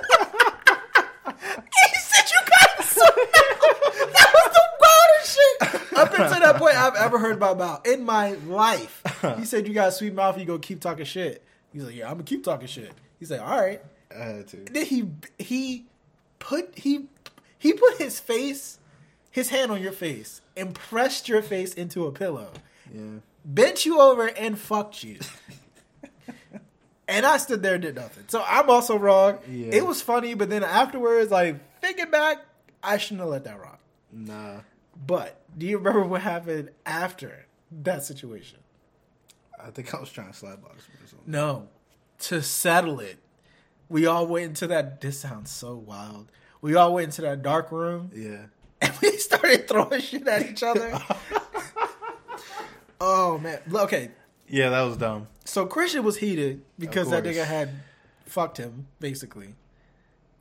S2: he said, "You got a sweet mouth." (laughs) That was the wildest shit up until that point I've ever heard about Mouth in my life. He said, "You got a sweet mouth. You gonna keep talking shit." He's like, "Yeah, I'm gonna keep talking shit." He's like, "All right."
S1: I had to.
S2: Then he he put he he put his face, his hand on your face, and pressed your face into a pillow
S1: Yeah.
S2: bent you over and fucked you. and I stood there and did nothing. So I'm also wrong.
S1: Yeah.
S2: It was funny, but then afterwards, like thinking back, I shouldn't have let that rock.
S1: Nah.
S2: But do you remember what happened after that situation?
S1: I think I was trying to slap box him or something.
S2: No. To settle it, we all went into that. This sounds so wild. We all went into that dark room (laughs)
S1: Yeah.
S2: and we started throwing shit at each other. oh man. Okay,
S1: Yeah, that was dumb.
S2: So Christian was heated because that
S1: course.
S2: nigga had fucked him basically.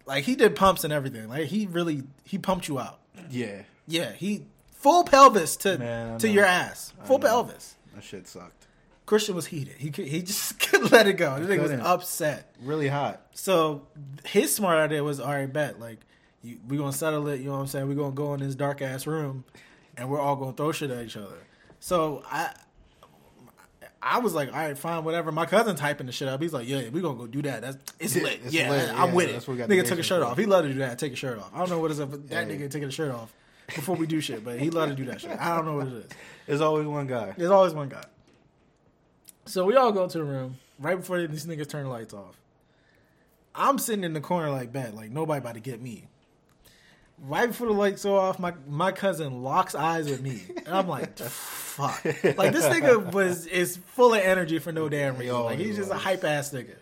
S2: Like he did pumps and everything. Like he really he pumped you out.
S1: Yeah.
S2: Yeah, he full pelvis to
S1: Man, I
S2: to
S1: know.
S2: your ass. Full
S1: know.
S2: pelvis.
S1: That shit sucked.
S2: Christian was heated. He could, he just (laughs) couldn't let it go. The nigga was
S1: Couldn't.
S2: upset.
S1: Really hot.
S2: So his smart idea was all right, bet like you, we gonna settle it. You know what I'm saying? We are gonna go in this dark ass room, and we're all gonna throw shit at each other. So I. I was like, all right, fine, whatever. My cousin's hyping the shit up. He's like, yeah, we gonna go do that. That's it's
S1: Yeah,
S2: lit.
S1: it's
S2: yeah,
S1: lit.
S2: I'm
S1: Yeah,
S2: with it.
S1: that's what we got the
S2: Nigga took
S1: Asian
S2: his shirt
S1: for.
S2: off. He loved to do that. Take his shirt off. I don't know what is up with that
S1: Yeah.
S2: nigga taking his shirt off before we do shit, but he loved to do that shit. I don't know what it is.
S1: There's always one guy.
S2: There's always one guy. So we all go to the room right before these niggas turn the lights off. I'm sitting in the corner like that, like nobody about to get me. Right before the lights go off, my my cousin locks eyes with me, and I'm like, (laughs) "Fuck!" Like this nigga was is full of energy for no damn reason.
S1: Yo,
S2: Like
S1: he
S2: he's just a
S1: was.
S2: hype ass nigga.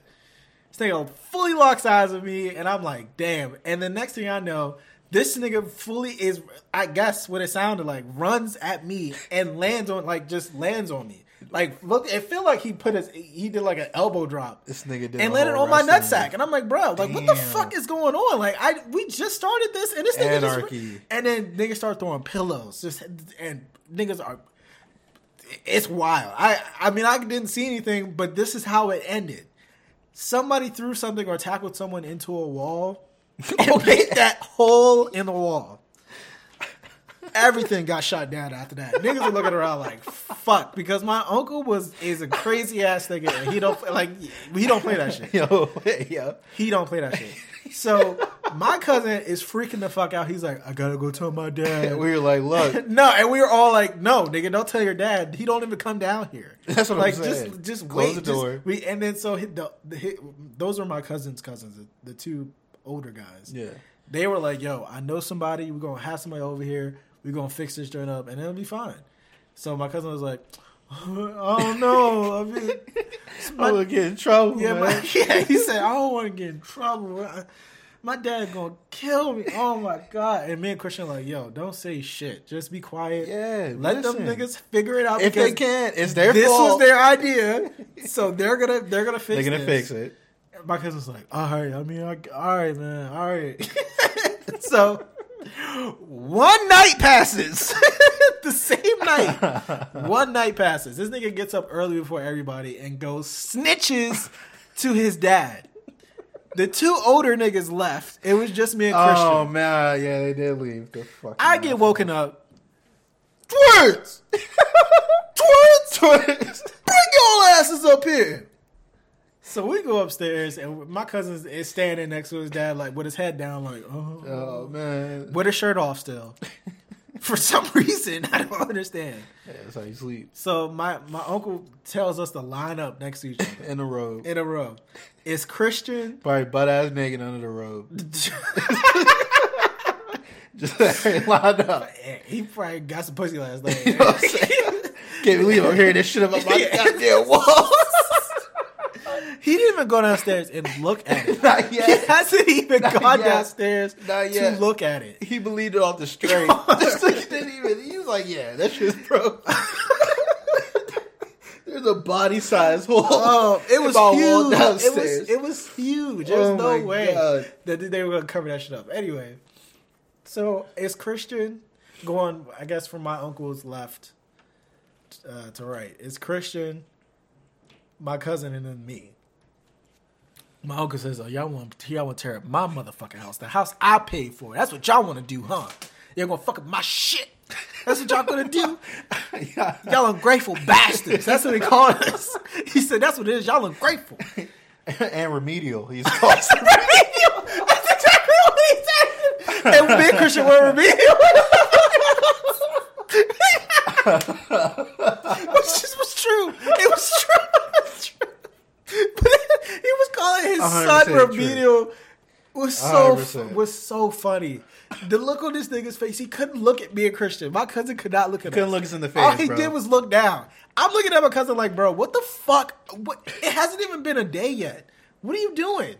S2: This nigga fully locks eyes with me, and I'm like, "Damn!" And the next thing I know, this nigga fully is, I guess, what it sounded like, runs at me and lands on, like, just lands on me. Like, look, it feel like he put his, he did like an elbow drop
S1: This nigga did.
S2: and
S1: a
S2: landed
S1: whole
S2: on my
S1: wrestling
S2: nutsack.
S1: move.
S2: And I'm like, bro, like what the
S1: Damn.
S2: fuck is going on? Like I we just started this and this nigga just
S1: Anarchy.
S2: and then niggas start throwing pillows. Just and niggas are it's wild. I I mean I didn't see anything, but this is how it ended. Somebody threw something or tackled someone into a wall (laughs) and made that hole in the wall. Everything got shot down after that. Niggas were looking around like fuck because my uncle was is a crazy ass nigga and he don't like he don't play that
S1: (laughs)
S2: shit.
S1: Yo, (laughs) yo.
S2: He don't play that shit. So my cousin is freaking the fuck out. He's like, I gotta go tell my dad.
S1: And we were like,
S2: (laughs)
S1: look,
S2: no, and we were all like, no, nigga, don't tell your dad. He don't even come down here.
S1: (laughs) That's what I'm
S2: like,
S1: saying.
S2: Just, just
S1: Close
S2: wait.
S1: the
S2: just-
S1: door.
S2: we and then so hit the, the hit, those were my cousins' cousins, the, the two older guys.
S1: yeah,
S2: They were like, yo, I know somebody. We're gonna have somebody over here. We're gonna fix this joint up, and it'll be fine. So my cousin was like, (laughs) I don't know. I
S1: (laughs)
S2: mean,
S1: I would get in trouble,
S2: yeah,
S1: man.
S2: my, yeah, (laughs) he said, I don't want to get in trouble. I- My dad gonna kill me. Oh my god! And me and Christian like, yo, don't say shit. Just be
S1: (laughs)
S2: quiet.
S1: Yeah,
S2: let
S1: listen.
S2: them niggas figure it out.
S1: if they
S2: because
S1: can't, it's their
S2: this was
S1: fault.
S2: their idea, so they're gonna they're gonna fix.
S1: They're gonna
S2: this.
S1: fix it.
S2: My cousin's like, all right. I mean, I, all right, man. All right. (laughs) so one night passes. (laughs) the same night. One night passes. This nigga gets up early before everybody and goes snitches to his dad. The two older niggas left. It was just me and Christian.
S1: Oh man, yeah, they did leave. The fuck.
S2: I get woken up. (laughs)
S1: words.
S2: Twins!
S1: Words.
S2: Bring your asses up here. So we go upstairs and my cousin is standing next to his dad, like with his head down, like, oh,
S1: (laughs) Oh man,
S2: with his shirt
S1: (laughs)
S2: off still. For some reason, I don't understand.
S1: yeah, that's how you sleep
S2: So my my uncle tells us to line up next to each other
S1: in the robe.
S2: in a row. It's Christian. (laughs)
S1: Probably butt ass naked under the robe. (laughs) Just (laughs) lined up.
S2: he probably got some pussy last night.
S1: (laughs) You know what I'm saying? Can't believe I'm hearing this shit
S2: (laughs)
S1: about my
S2: Yeah.
S1: goddamn walls.
S2: (laughs)
S1: (laughs)
S2: he didn't even go downstairs and look at it.
S1: Not
S2: He
S1: yet.
S2: hasn't even gone
S1: yet.
S2: downstairs
S1: Not
S2: to
S1: yet.
S2: look at
S1: (laughs)
S2: it.
S1: He believed it off the straight. (laughs)
S2: (laughs)
S1: This nigga didn't even. He was like, "Yeah, that shit's broke." There's a body size hole. (laughs)
S2: (laughs) Oh, it was
S1: If I walk
S2: huge. It
S1: downstairs.
S2: was it was huge. There's
S1: Oh
S2: no
S1: my
S2: way
S1: God.
S2: that they were gonna cover that shit up. Anyway, so it's Christian going. I guess from my uncle's left uh, to right. It's Christian, my cousin and then me. My uncle says, "Oh, y'all want y'all want to tear up my motherfucking house, the house I paid for. That's what y'all want to do, huh? Y'all gonna fuck up my shit. That's what y'all gonna (laughs) do.
S1: yeah.
S2: Y'all ungrateful bastards. That's what he called us. (laughs) He said, "That's what it is. Y'all ungrateful."
S1: and remedial. He's
S2: (laughs)
S1: called.
S2: That's exactly what he said. And me and Christian were remedial. (laughs) Which just was true. It was true. (laughs) It was true. But he was calling his
S1: 100%
S2: son
S1: true.
S2: remedial. Was so
S1: 100%.
S2: was so funny. The look on this nigga's face, he couldn't look at me and Christian. My cousin could not look at
S1: Couldn't
S2: us.
S1: look us in the
S2: All
S1: face,
S2: he
S1: bro.
S2: did was look down. I'm looking at my cousin like, bro, what the fuck? What? It hasn't even been a day yet. What are you doing?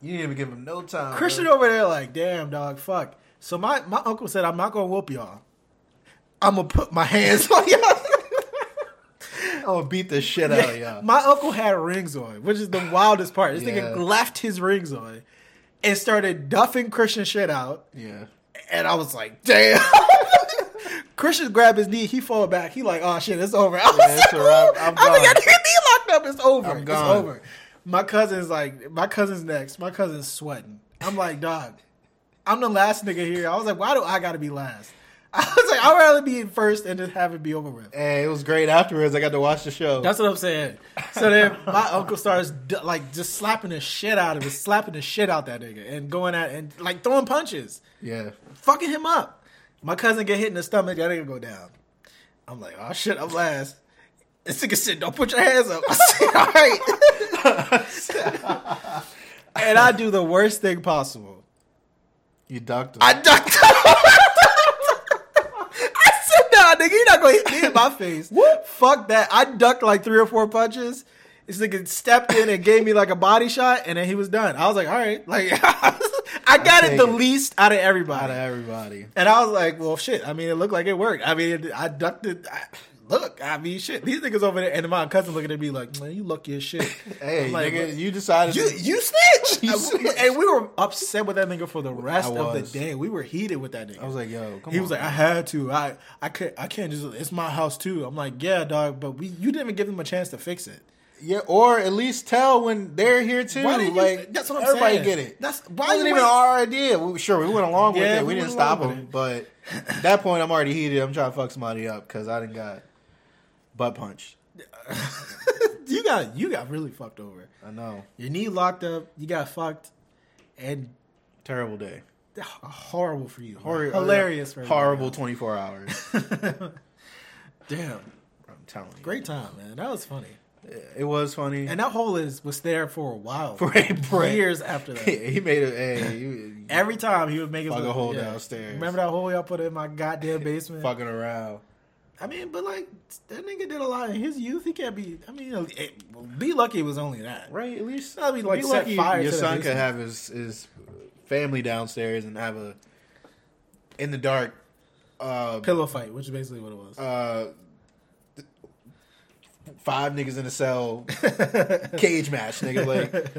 S1: You didn't even give him no time.
S2: Christian
S1: bro.
S2: over there like, damn dog, fuck. So my, my uncle said, I'm not gonna whoop y'all. I'm gonna put my hands (laughs) on y'all.
S1: I'm gonna beat the shit out of y'all.
S2: (laughs) my uncle had rings on, which is the wildest part. This
S1: Yeah.
S2: nigga left his rings on and started duffing Christian shit out.
S1: Yeah.
S2: And I was like, damn. (laughs) Christian grabbed his knee, he fall back. He like, oh shit, it's over. (laughs) I was
S1: Yeah, it's
S2: like,
S1: a wrap.
S2: "Ooh."
S1: I'm
S2: I was like,
S1: gone.
S2: I got knee locked up. It's over.
S1: I'm
S2: it's
S1: gone.
S2: over. My cousin's like, my cousin's next. My cousin's sweating. I'm like, dog, I'm the last nigga here. I was like, why do I gotta be last? (laughs) I was like, I'd rather be in first and just have it be over with.
S1: Hey, it was great afterwards. I got to watch the show.
S2: That's what I'm saying. So then my uncle starts d- like just slapping the shit out of it, slapping the shit out that nigga, and going at and like throwing punches
S1: yeah.
S2: fucking him up. My cousin get hit in the stomach, that nigga go down. I'm like, oh shit, I'm last. This nigga said, don't put your hands up. (laughs) I said, all right. (laughs) and I do the worst thing possible.
S1: You ducked him.
S2: I ducked (laughs) I said, nah, nigga, you're not gonna hit me in my face.
S1: Whoop.
S2: Fuck that. I ducked like three or four punches. This nigga stepped in and gave me like a body shot, and then he was done. I was like, all right. Like, (laughs) I got it
S1: take
S2: the
S1: it.
S2: least out of everybody.
S1: out of everybody.
S2: And I was like, well, shit. I mean, it looked like it worked. I mean, it, I ducked it. I, look, I mean, shit. These niggas over there, and my cousin looking at me like, man, you lucky as (laughs) shit.
S1: Hey,
S2: I'm like,
S1: nigga, you decided.
S2: You,
S1: to-
S2: (laughs) you snitched.
S1: You snitched.
S2: And we were upset with that nigga for the rest
S1: I
S2: of the
S1: was.
S2: day. We were heated with that nigga.
S1: I was like, yo, come
S2: he
S1: on.
S2: was like, I had to. I I can't. I can't just. It's my house too. I'm like, yeah, dog. But we, you didn't even give them a chance to fix it.
S1: yeah, or at least tell when they're here too.
S2: Why didn't you-
S1: like,
S2: that's what I'm
S1: everybody
S2: saying.
S1: get it.
S2: That's-
S1: It
S2: why
S1: wasn't
S2: you
S1: even
S2: wait-
S1: our idea. We, sure, we went along
S2: Yeah,
S1: with it. We,
S2: we
S1: didn't
S2: went
S1: stop
S2: along
S1: him, but at that point, I'm already heated. I'm trying to fuck somebody up because I didn't got butt punched.
S2: you got you got really fucked over.
S1: I know.
S2: Your knee locked up. You got fucked, and
S1: Terrible day.
S2: horrible for you.
S1: Hor-
S2: Hilarious for
S1: Horrible 24 hours. (laughs)
S2: Damn.
S1: I'm telling you.
S2: Great time, man. That was funny.
S1: It was funny.
S2: And that hole is was there for
S1: (laughs)
S2: a while.
S1: For a break.
S2: years
S1: (laughs)
S2: after that.
S1: (laughs) he made a hey, you,
S2: Every time he would make his
S1: Fuck a
S2: little-
S1: hole downstairs.
S2: Remember that hole y'all put in my goddamn basement?
S1: fucking around.
S2: I mean, but like that nigga did a lot in his youth. He can't be I mean it, be lucky it was only that.
S1: Right, at least
S2: That'd be uh, like
S1: be
S2: set
S1: lucky
S2: fire
S1: your
S2: to the
S1: son could
S2: basement.
S1: have his his family downstairs and have a in the dark uh
S2: Pillow fight, which is basically what it was.
S1: uh five niggas in a
S2: (laughs)
S1: cell cage match, Uh, nigga. Like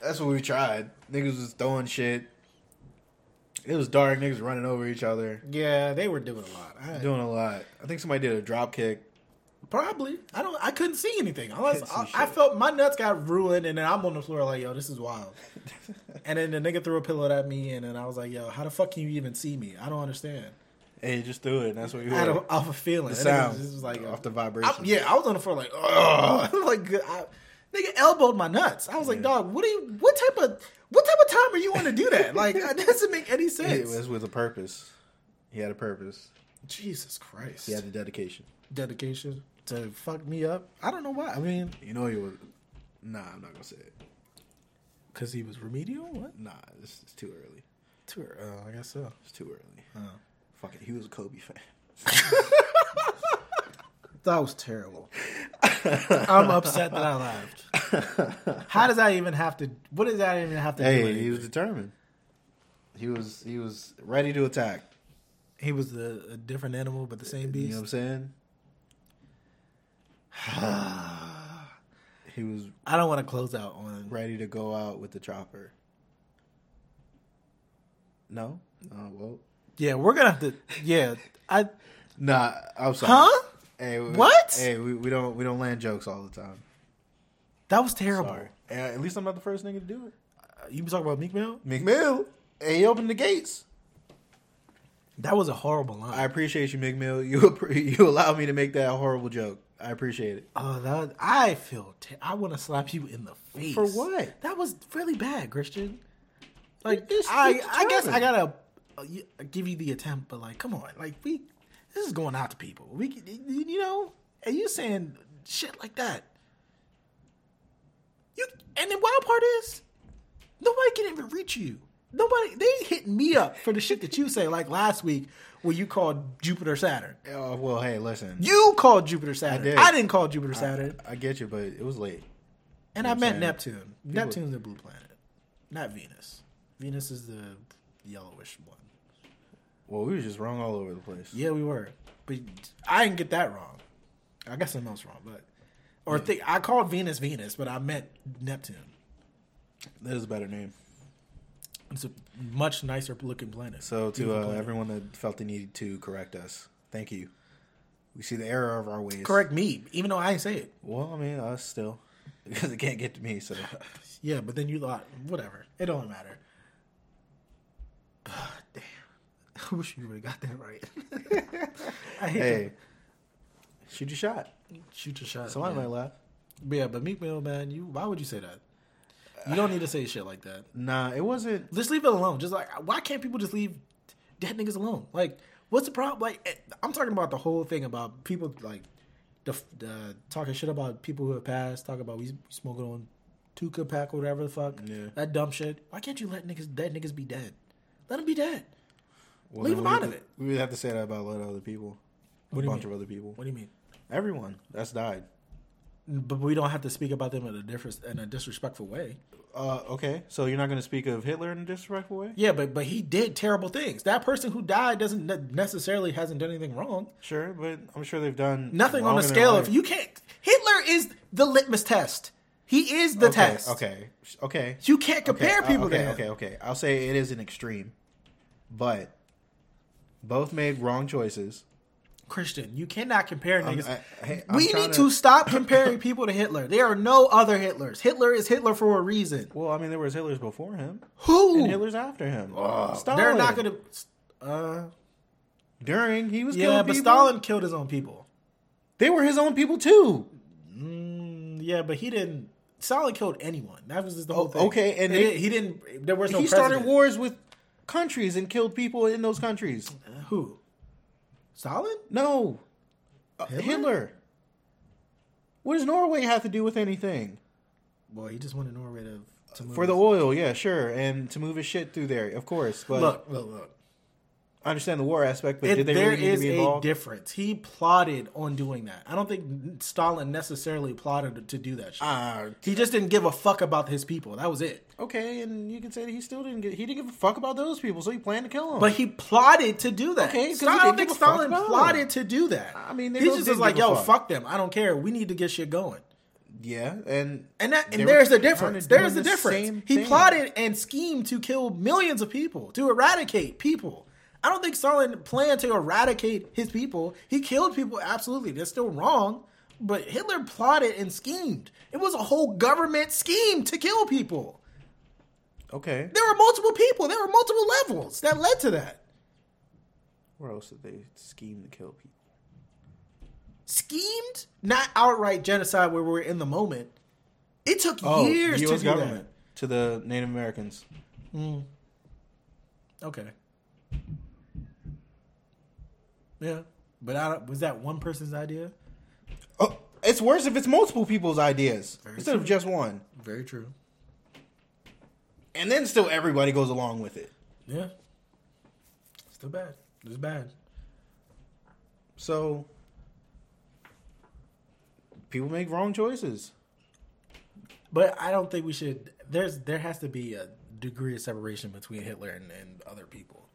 S1: that's what we tried. Niggas was throwing shit. It was dark, niggas running over each other.
S2: yeah, they were doing a lot. I,
S1: Doing a lot. I think somebody did a drop
S2: (laughs)
S1: kick.
S2: probably. I don't I couldn't see anything. Unless
S1: Couldn't
S2: I,
S1: see
S2: I
S1: shit.
S2: felt my nuts got ruined and then I'm on the floor like, yo, this is wild. and then the nigga threw a pillow at me and then I was like, yo, how the fuck can you even see me? I don't understand.
S1: Hey, just do it. And that's what you
S2: I had
S1: were.
S2: a, off a feeling.
S1: The
S2: That nigga
S1: sound.
S2: just was like uh,
S1: off the
S2: I,
S1: vibration.
S2: yeah, I was on the floor like, ugh, (laughs) like I, nigga elbowed my nuts. I was like,
S1: Yeah.
S2: dog, what do you? What type of what type of time are you on to do that? Like (laughs) that doesn't make any
S1: It
S2: sense.
S1: was with a purpose. He had a purpose.
S2: Jesus Christ,
S1: He had the dedication.
S2: dedication to fuck me up. I don't know why. I mean,
S1: You know he was. Nah, I'm not gonna say it.
S2: because he was remedial. What?
S1: Nah, this is too early.
S2: Too ear- Oh, I guess so.
S1: It's too early.
S2: Uh-huh.
S1: Fuck it. He was a Kobe fan.
S2: That was terrible. I'm upset that I laughed. How does that even have to? What does that even have to do?
S1: Hey,
S2: with
S1: he was
S2: anything?
S1: determined. He was he was ready to attack.
S2: he was a, a different animal, but the
S1: You
S2: same beast.
S1: know what I'm saying? (sighs) he was
S2: I don't want to close out on.
S1: ready to go out with the chopper. No? Uh, well.
S2: Yeah, we're gonna have to. Yeah, I.
S1: Nah, I'm sorry.
S2: Huh?
S1: Hey, we,
S2: What?
S1: Hey, we, we don't we don't land jokes all the time.
S2: That was terrible.
S1: Sorry. Uh, at least I'm not the first nigga to do it.
S2: Uh, You be talking about Meek Mill?
S1: Meek Mill, and he opened the gates.
S2: That was a horrible line.
S1: I appreciate you, Meek Mill. You appre- (laughs) you allowed me to make that horrible joke. I appreciate it.
S2: Oh, that I feel. Te- I want to slap you in the face
S1: For what?
S2: That was really bad, Christian. Like
S1: It's-
S2: I,
S1: it's
S2: I guess I
S1: determined.
S2: gotta uh, y- give you the attempt, but like, come on, like we, this is going out to people. We, c- y- y- you know, and you saying shit like that. You and the wild part is, nobody can even reach you. Nobody they hit me up for the shit that you say, like last week when you called Jupiter Saturn.
S1: Oh well, hey, listen.
S2: You called Jupiter Saturn. I,
S1: did.
S2: didn't call Jupiter Saturn.
S1: I get you, but it was late.
S2: And
S1: You know
S2: I
S1: what
S2: meant
S1: I'm
S2: Neptune. Neptune's the blue planet, not Venus. Venus is the yellowish one.
S1: Well, we were just wrong all over the place.
S2: Yeah, we were, but I didn't get that wrong. I got something else wrong, but or think I called Venus Venus, but I meant Neptune.
S1: That is a better name.
S2: It's a much nicer looking planet.
S1: So to
S2: Beautiful
S1: uh,
S2: planet.
S1: everyone that felt the need to correct us, thank you. We see the error of our ways.
S2: correct me, even though I didn't say it.
S1: Well, I mean us still, (laughs) because it can't get to me. (laughs) So
S2: Yeah, but then you thought whatever. It don't matter. (sighs) damn, (laughs) I wish you would have got that right. (laughs) I hate
S1: hey, shoot your shot.
S2: that. Shoot your shot.
S1: Somebody
S2: man.
S1: might laugh.
S2: But yeah, but Meek Mill, man, you why would you say that? You don't need to say shit like that.
S1: Nah, it wasn't.
S2: Just leave it alone. Just like why can't people just leave dead niggas alone? Like what's the problem? Like eh, I'm talking about the whole thing about people like the, the talking shit about people who have passed. Talking about we smoking on Tuka pack or whatever the fuck.
S1: Yeah.
S2: That dumb shit. Why can't you let niggas dead niggas be dead? Let them be dead.
S1: Well,
S2: Leave
S1: then
S2: him
S1: we
S2: out
S1: would-
S2: of it.
S1: We would have to say that about a lot of other people.
S2: What
S1: a
S2: do you
S1: bunch
S2: mean?
S1: of other people.
S2: What do you mean?
S1: Everyone that's died.
S2: But we don't have to speak about them in a different in a disrespectful way.
S1: Uh, okay, so you're not going to speak of Hitler in a disrespectful way?
S2: Yeah, but but he did terrible things. That person who died doesn't ne- necessarily hasn't done anything wrong.
S1: Sure, but I'm sure they've done
S2: Nothing
S1: wrong
S2: on a
S1: in their
S2: scale
S1: life.
S2: of you can't. Hitler is the litmus test. He is the
S1: okay,
S2: test.
S1: Okay, sh- okay.
S2: You can't compare
S1: okay, uh,
S2: people
S1: okay,
S2: to him.
S1: Okay, okay. I'll say it is an extreme, but both made wrong choices.
S2: Christian, you cannot compare niggas.
S1: I- hey, I'm
S2: we
S1: trying
S2: need to...
S1: to-
S2: stop comparing (laughs) people to Hitler. There are no other Hitlers. Hitler is Hitler for a reason.
S1: Well, I mean, there was Hitler's before him
S2: Who?
S1: and Hitler's after him. Stalin.
S2: They're not going to. Uh,
S1: During he was
S2: yeah,
S1: killing
S2: but
S1: people.
S2: Stalin killed his own people.
S1: They were his own people too.
S2: Mm, Yeah, but he didn't. Stalin killed anyone. That was just the whole thing.
S1: Oh, okay, and
S2: They
S1: they-
S2: didn't- he didn't. There was no.
S1: he started
S2: president.
S1: wars with countries and killed people in those countries.
S2: Who? Stalin?
S1: No, Uh,
S2: Hitler?
S1: Hitler. What does Norway have to do with anything?
S2: Boy, he just wanted Norway to, to move
S1: For the
S2: his-
S1: oil, yeah, sure, and to move his shit through there, of course. But
S2: look, look, look.
S1: I understand the war aspect, but
S2: It,
S1: did they
S2: there
S1: really need
S2: is
S1: to be
S2: a
S1: involved?
S2: difference. He plotted on doing that. I don't think Stalin necessarily plotted to do that. Shit.
S1: Ah,
S2: he just didn't give a fuck about his people. That was it.
S1: okay, and you can say that he still didn't get. He didn't give a fuck about those people, so he planned to kill them.
S2: But he plotted to do that.
S1: Okay, 'cause he
S2: Stalin, I
S1: didn't
S2: don't think
S1: give a fuck
S2: Stalin
S1: about him.
S2: plotted to do that.
S1: I mean, they
S2: he
S1: both
S2: just
S1: did
S2: was like,
S1: give a
S2: "Yo,
S1: fuck."
S2: fuck them. I don't care. We need to get shit going."
S1: yeah, and
S2: And that and
S1: They were
S2: there's the
S1: kinda
S2: difference.
S1: doing
S2: There's the
S1: the
S2: difference.
S1: same
S2: He
S1: thing.
S2: plotted and schemed to kill millions of people, to eradicate people. I don't think Stalin planned to eradicate his people. He killed people, absolutely. That's still wrong. But Hitler plotted and schemed. It was a whole government scheme to kill people.
S1: okay,
S2: There were multiple people. There were multiple levels that led to that.
S1: where else did they scheme to kill people?
S2: Schemed, not outright genocide where we're in the moment. It took
S1: Oh,
S2: years
S1: the
S2: to
S1: U.S.
S2: do
S1: government to the Native Americans.
S2: that. Mm. Okay. Yeah, but I don't, was that one person's idea?
S1: Oh, it's worse if it's multiple people's ideas
S2: Very
S1: instead of
S2: true.
S1: just one,
S2: Very true.
S1: and then still everybody goes along with it.
S2: Yeah. Still bad. It's bad.
S1: So people make wrong choices.
S2: But I don't think we should. There's there has to be a degree of separation between Hitler and, and other people.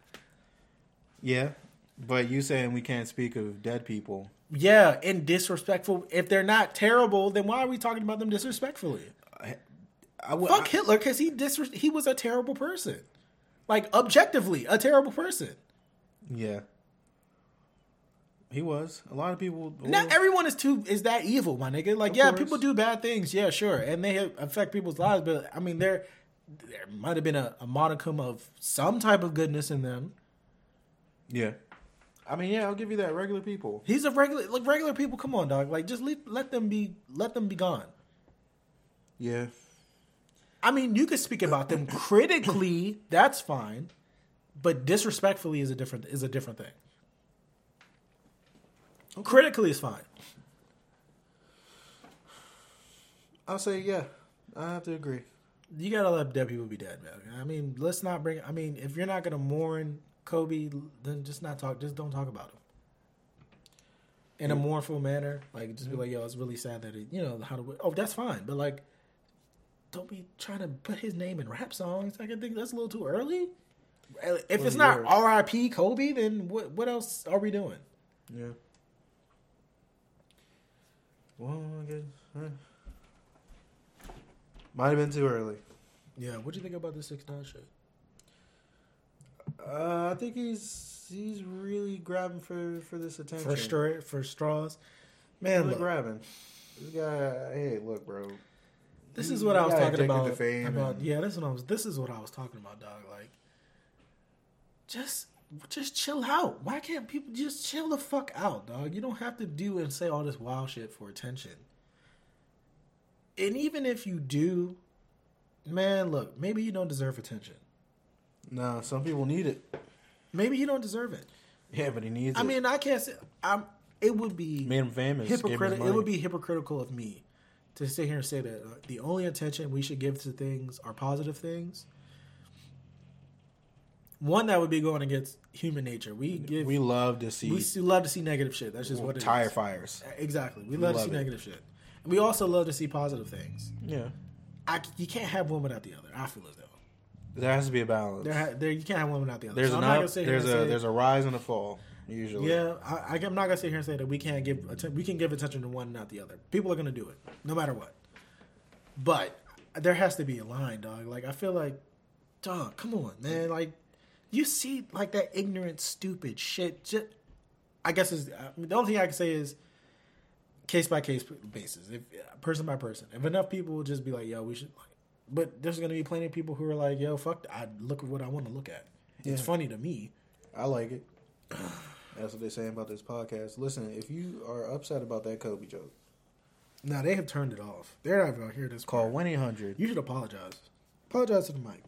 S1: Yeah, but you saying we can't speak of dead people?
S2: Yeah, and disrespectful. If they're not terrible, then why are we talking about them disrespectfully?
S1: I would.
S2: Fuck Hitler because he disres- he was a terrible person, like objectively a terrible person.
S1: Yeah. He was. A lot of people.
S2: Not everyone is too is that evil, my nigga. Like,
S1: Of
S2: yeah,
S1: course.
S2: people do bad things, yeah, sure, and they have- affect people's lives. But I mean, there there might have been a, a modicum of some type of goodness in them.
S1: yeah. I mean, yeah, I'll give you that. Regular people.
S2: He's a regular, like regular people. Come on, dog. Like, just leave, let them be, let them be gone.
S1: Yeah.
S2: I mean, you could speak
S1: (coughs)
S2: about them critically. That's fine, but disrespectfully is a different is a different thing. Critically is fine.
S1: I'll say yeah. I have to agree.
S2: You gotta let dead people be dead, man. I mean, let's not bring. I mean, if you're not gonna mourn Kobe, then just not talk. Just don't talk about him in a mournful manner. Like, just be like, yo, it's really sad that it. You know how to. Oh, that's fine, but like, don't be trying to put his name in rap songs. Like, I think that's a little too early. If it's
S1: Well,
S2: not
S1: you're-
S2: R.I.P. Kobe, then what? What else are we doing?
S1: Yeah. Well, I guess. eh. Might have been too early.
S2: Yeah, what do you think about the six nine shit?
S1: Uh, I think he's he's really grabbing for for this attention.
S2: For stra- for straws,
S1: He's
S2: man.
S1: really
S2: look.
S1: grabbing. This guy. Hey, look, bro.
S2: This
S1: You-
S2: is what
S1: you
S2: I was
S1: got
S2: talking
S1: addicted
S2: about.
S1: to fame
S2: about
S1: and-
S2: yeah, this is what I was. This is what I was talking about, dog. Like, just just chill out. Why can't people just chill the fuck out, dog? You don't have to do and say all this wild shit for attention. And even if you do, man, look, maybe you don't deserve attention.
S1: No, some people need it.
S2: Maybe you don't deserve it.
S1: Yeah, but he needs.
S2: I
S1: it.
S2: mean, I can't say I'm. It would be
S1: made him famous. gave him his
S2: hypocritical. It
S1: money.
S2: would be hypocritical of me to sit here and say that uh, the only attention we should give to things are positive things. One that would be going against human nature. We give
S1: We
S2: we,
S1: love to see
S2: s- love to see negative shit. That's just what it is. E,
S1: tire fires.
S2: Exactly. We love,
S1: Love
S2: to see
S1: it.
S2: negative shit. And we also love to see positive things.
S1: Yeah,
S2: I c you can't have one without the other. I feel as though
S1: there has to be a balance.
S2: there, ha- there you can't have one without the other.
S1: there's
S2: So
S1: an
S2: I'm not
S1: up.
S2: gonna sit here
S1: There's a
S2: and say-
S1: there's a rise and a fall usually.
S2: Yeah, I, I- I'm not gonna sit here and say that we can't give atten- we can give attention to one, not the other. People are gonna do it, no matter what. But there has to be a line, dog. Like I feel like, dog, come on, man. Like you see, like that ignorant, stupid shit. Just, I guess is I mean, the only thing I can say is case by case basis, if uh, person by person. If enough people will just be like, yo, we should. Like, but there's gonna be plenty of people who are like, yo, fuck. I look at what I want to look at. It's
S1: Yeah.
S2: funny to me.
S1: I like it. (sighs) That's what they're saying about this podcast. Listen, if you are upset about that Kobe joke,
S2: Now they have turned it off. They're not gonna hear this part.
S1: call one eight hundred.
S2: You should apologize. Apologize to the mic.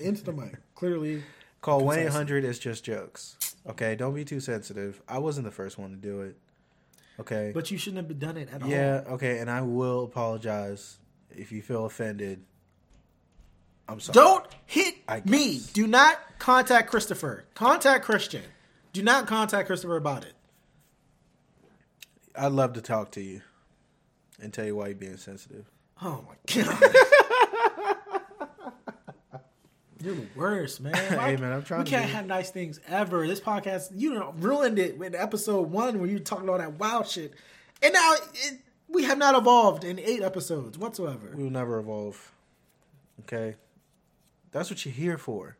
S2: Into the mic. Clearly,
S1: Call one eight
S2: Precisely.
S1: hundred is just jokes. Okay, don't be too sensitive. I wasn't the first one to do it. Okay.
S2: but you shouldn't have done it at all.
S1: yeah. Okay, and I will apologize if you feel offended. I'm sorry.
S2: Don't hit
S1: I
S2: me.
S1: guess.
S2: Do not contact Christopher. Contact Christian. Do not contact Christopher about it.
S1: I'd love to talk to you and tell you why you're being sensitive.
S2: Oh my god. (laughs) You're the worst, man.
S1: Hey, man, I'm trying
S2: We
S1: to
S2: can't
S1: be-
S2: have nice things ever. This podcast, you done ruined it with episode one where you talking all that wild shit, and now it, we have not evolved in eight episodes whatsoever.
S1: We will never evolve. Okay? That's what you're here for.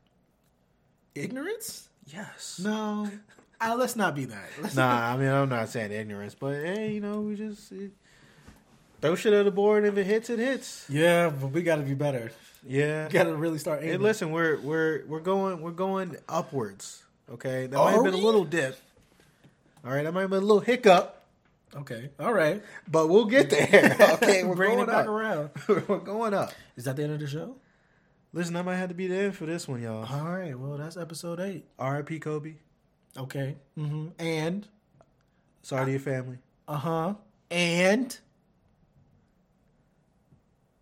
S2: Ignorance?
S1: Yes. (laughs)
S2: No, uh, let's not be that. Let's-
S1: nah, I mean, I'm not saying ignorance, but hey, you know, we just it, throw shit at the board. If it hits, it hits.
S2: Yeah, but we got to be better.
S1: Yeah.
S2: We got to really start.
S1: Hey,
S2: aiming.
S1: listen, we're we're we're going we're going upwards. Okay, that
S2: Are
S1: might have been a
S2: we?
S1: little dip. All right, that might have been a little hiccup,
S2: Okay. All right.
S1: but we'll get there. (laughs)
S2: (laughs)
S1: Okay, we're
S2: bringing
S1: going
S2: it back
S1: up.
S2: around.
S1: (laughs) we're going up.
S2: Is that the end of the show?
S1: Listen, I might have to be the end for this one, y'all.
S2: All right. Well, that's episode eight.
S1: R.I.P. Kobe.
S2: Okay. hmm And
S1: Sorry to your family.
S2: uh huh. And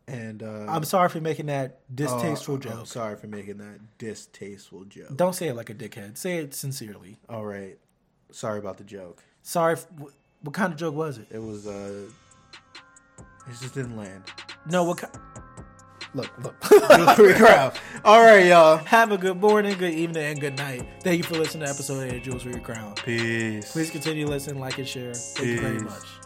S1: And uh,
S2: I'm sorry for making that distasteful
S1: uh, I'm
S2: joke.
S1: sorry for making that distasteful joke.
S2: Don't say it like a dickhead. Say it sincerely.
S1: All right. Sorry about the joke.
S2: Sorry. f wh- what kind of joke was it?
S1: It was uh it just didn't land.
S2: No. What? Ki- look.
S1: (laughs)
S2: Look.
S1: Free crowd. All right, y'all.
S2: Have a good morning, good evening, and good night. Thank you for listening to episode eight of Jewels for Your Crown.
S1: Peace.
S2: Please continue listening, like, and share. Thank you very
S1: Peace.
S2: much.